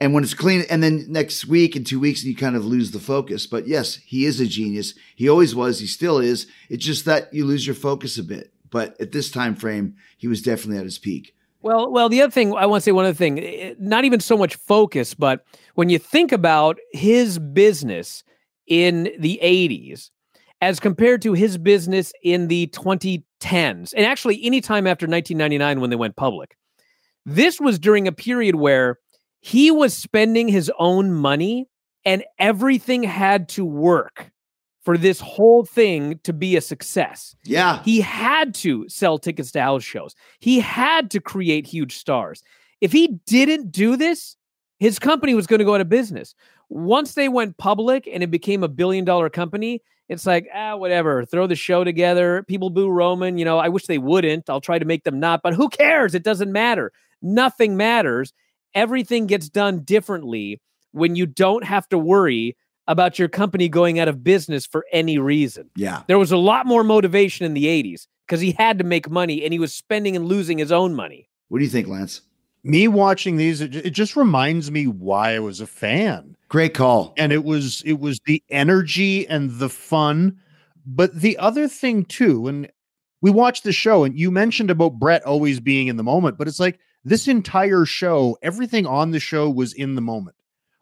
S7: And when it's clean, and then next week and two weeks, you kind of lose the focus. But yes, he is a genius. He always was. He still is. It's just that you lose your focus a bit. But at this time frame, he was definitely at his peak.
S6: Well, well, the other thing I want to say one other thing, eh, not even so much focus, but when you think about his business in the 80s as compared to his business in the 2010s, and actually any time after 1999 when they went public, this was during a period where he was spending his own money and everything had to work for this whole thing to be a success.
S7: Yeah.
S6: He had to sell tickets to house shows. He had to create huge stars. If he didn't do this, his company was going to go out of business. Once they went public and it became a billion dollar company, it's like, ah, whatever, throw the show together. People boo Roman. You know, I wish they wouldn't. I'll try to make them not, but who cares? It doesn't matter. Nothing matters. Everything gets done differently when you don't have to worry about your company going out of business for any reason
S7: Yeah.
S6: there was a lot more motivation in the 80s because he had to make money and he was spending and losing his own money.
S7: What do you think, Lance?
S8: Me watching these, it, ju- it just reminds me why I was a fan.
S7: Great call.
S8: and it was it was the energy and the fun but the other thing too and we watched the show and you mentioned about brett always being in the moment but it's like this entire show everything on the show was in the moment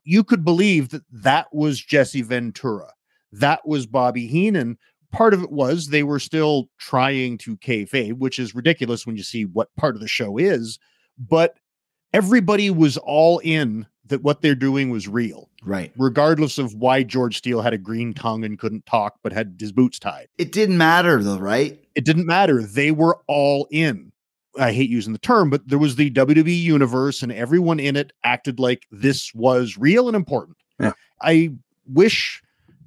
S8: you could believe that that was jesse ventura that was bobby heenan part of it was they were still trying to kayfabe which is ridiculous when you see what part of the show is but everybody was all in that what they're doing was real
S7: Right.
S8: regardless of why George Steele had a green tongue and couldn't talk but had his boots tied.
S7: It didn't matter though, right?
S8: It didn't matter. They were all in. I hate using the term, but there was the WWE universe and everyone in it acted like this was real and important.
S5: Yeah.
S8: I wish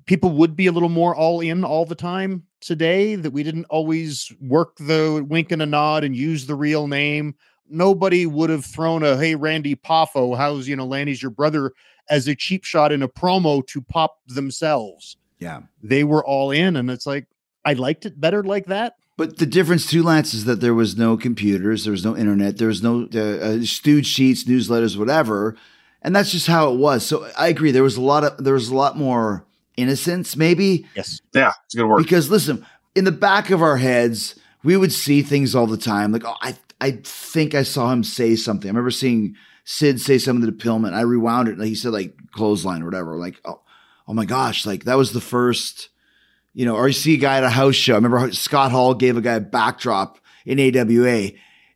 S8: people would be a little more all in all the time today that we didn't always work the wink and a nod and use the real name. Nobody would have thrown a hey Randy Poffo, how's you know Lanny's your brother as a cheap shot in a promo to pop themselves.
S7: Yeah.
S8: They were all in and it's like I liked it better like that.
S7: But the difference too, Lance, is that there was no computers, there was no internet, there was no uh, uh, stooge sheets, newsletters, whatever, and that's just how it was. So I agree. There was a lot of there was a lot more innocence, maybe,
S8: Yes.
S5: Yeah, it's good work.
S7: because listen, in the back of our heads, we would see things all the time. Like, oh, I I think I saw him say something. I remember seeing Sid say something to Pillman. I rewound it, and he said like clothesline or whatever. Like, oh, oh my gosh, like that was the first you know, or you see a guy at a house show. I remember how Scott Hall gave a guy a backdrop in AWA, and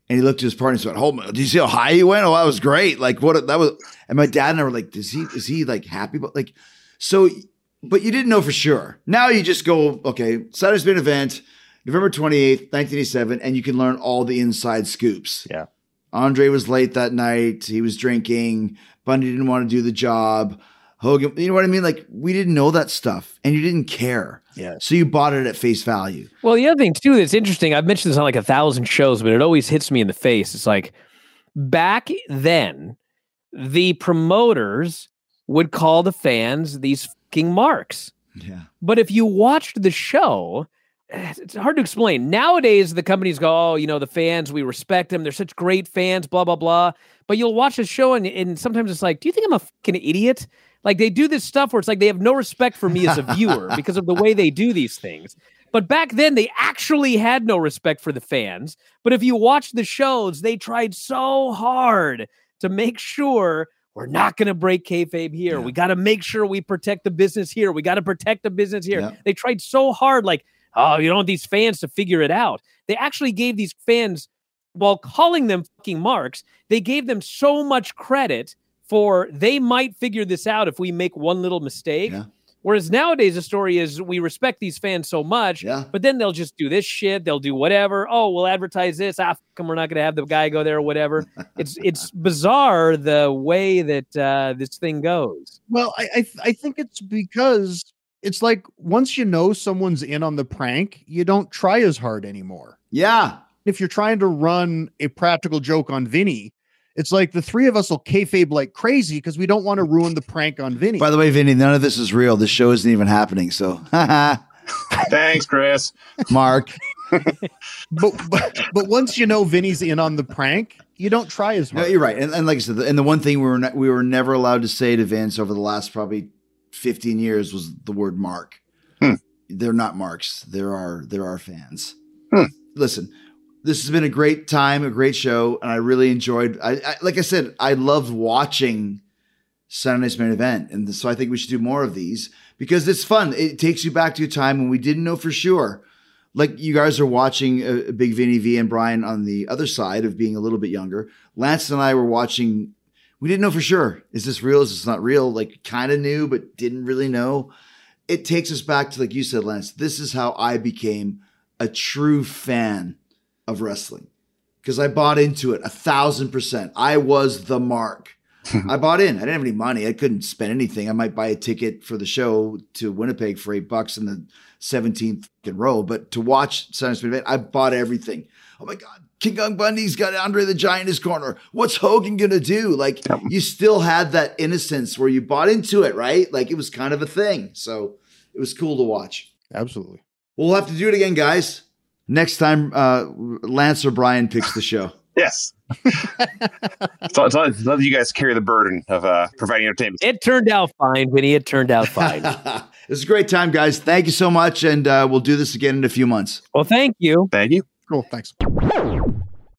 S7: he looked at his partner and said, "Hold, on, did you see how high he went? Oh, that was great! Like what? A, that was." And my dad and I were like, "Is he? Is he like happy?" But like, so, but you didn't know for sure. Now you just go, okay, Saturday's been an event. November 28th, 1987, and you can learn all the inside scoops.
S8: Yeah.
S7: Andre was late that night. He was drinking. Bundy didn't want to do the job. Hogan, you know what I mean? Like, we didn't know that stuff and you didn't care.
S8: Yes.
S7: So you bought it at face value.
S6: Well, the other thing too that's interesting, I've mentioned this on like a thousand shows, but it always hits me in the face. It's like back then, the promoters would call the fans these fucking marks.
S7: Yeah.
S6: But if you watched the show, it's it's hard to explain. Nowadays, the companies go, oh, you know, the fans, we respect them. They're such great fans, blah, blah, blah. But you'll watch a show and, and sometimes it's like, do you think I'm a fucking idiot? Like they do this stuff where it's like they have no respect for me as a viewer because of the way they do these things. But back then, they actually had no respect for the fans. But if you watch the shows, they tried so hard to make sure we're not going to break kayfabe here. We got to make sure we protect the business here. We got to protect the business here.
S7: Yeah.
S6: They tried so hard, like, oh, you don't want these fans to figure it out. They actually gave these fans, while calling them fucking marks, they gave them so much credit for they might figure this out if we make one little mistake.
S7: Yeah.
S6: Whereas nowadays, the story is we respect these fans so much,
S7: Yeah.
S6: but then they'll just do this shit. They'll do whatever. Oh, we'll advertise this. Ah, f- 'em, we're not going to have the guy go there or whatever. It's it's bizarre the way that uh, this thing goes.
S8: Well, I I, th- I think it's because it's like once you know someone's in on the prank, you don't try as hard anymore.
S7: Yeah.
S8: If you're trying to run a practical joke on Vinny, it's like the three of us will kayfabe like crazy because we don't want to ruin the prank on Vinny.
S7: By the way, Vinny, none of this is real. This show isn't even happening. So,
S5: Thanks, Chris.
S7: Mark.
S8: but, but but once you know Vinny's in on the prank, you don't try as hard.
S7: No, you're right. And, and like I said, the, and the one thing we were ne- we were never allowed to say to Vince over the last probably 15 years was the word mark. They're not marks. There are there are fans. Listen, this has been a great time, a great show, and I really enjoyed. I, I like I said, I loved watching Saturday Night's Main Event, and so I think we should do more of these because it's fun. It takes you back to a time when we didn't know for sure like you guys are watching uh, Big Vinny V and Brian on the other side of being a little bit younger. Lance and I were watching. We didn't know for sure. Is this real? Is this not real? Like kind of knew, but didn't really know. It takes us back to like you said, Lance. This is how I became a true fan of wrestling because I bought into it a thousand percent. I was the mark. I bought in. I didn't have any money. I couldn't spend anything. I might buy a ticket for the show to Winnipeg for eight bucks in the 17th fucking row, but to watch Saturday Night's Main Event, I bought everything. Oh my God, King Kong Bundy's got Andre the Giant in his corner. What's Hogan going to do? Like, you still had that innocence where you bought into it, right? Like, it was kind of a thing. So it was cool to watch.
S8: Absolutely.
S7: We'll have to do it again, guys. Next time, uh, Lance or Brian picks the show.
S5: Yes. so, so let- let you guys carry the burden of uh, providing entertainment.
S6: It turned out fine, Vinny. It turned out fine.
S7: it was a great time, guys. Thank you so much. And uh, we'll do this again in a few months.
S6: well, thank you.
S5: Thank you.
S8: Cool. Thanks.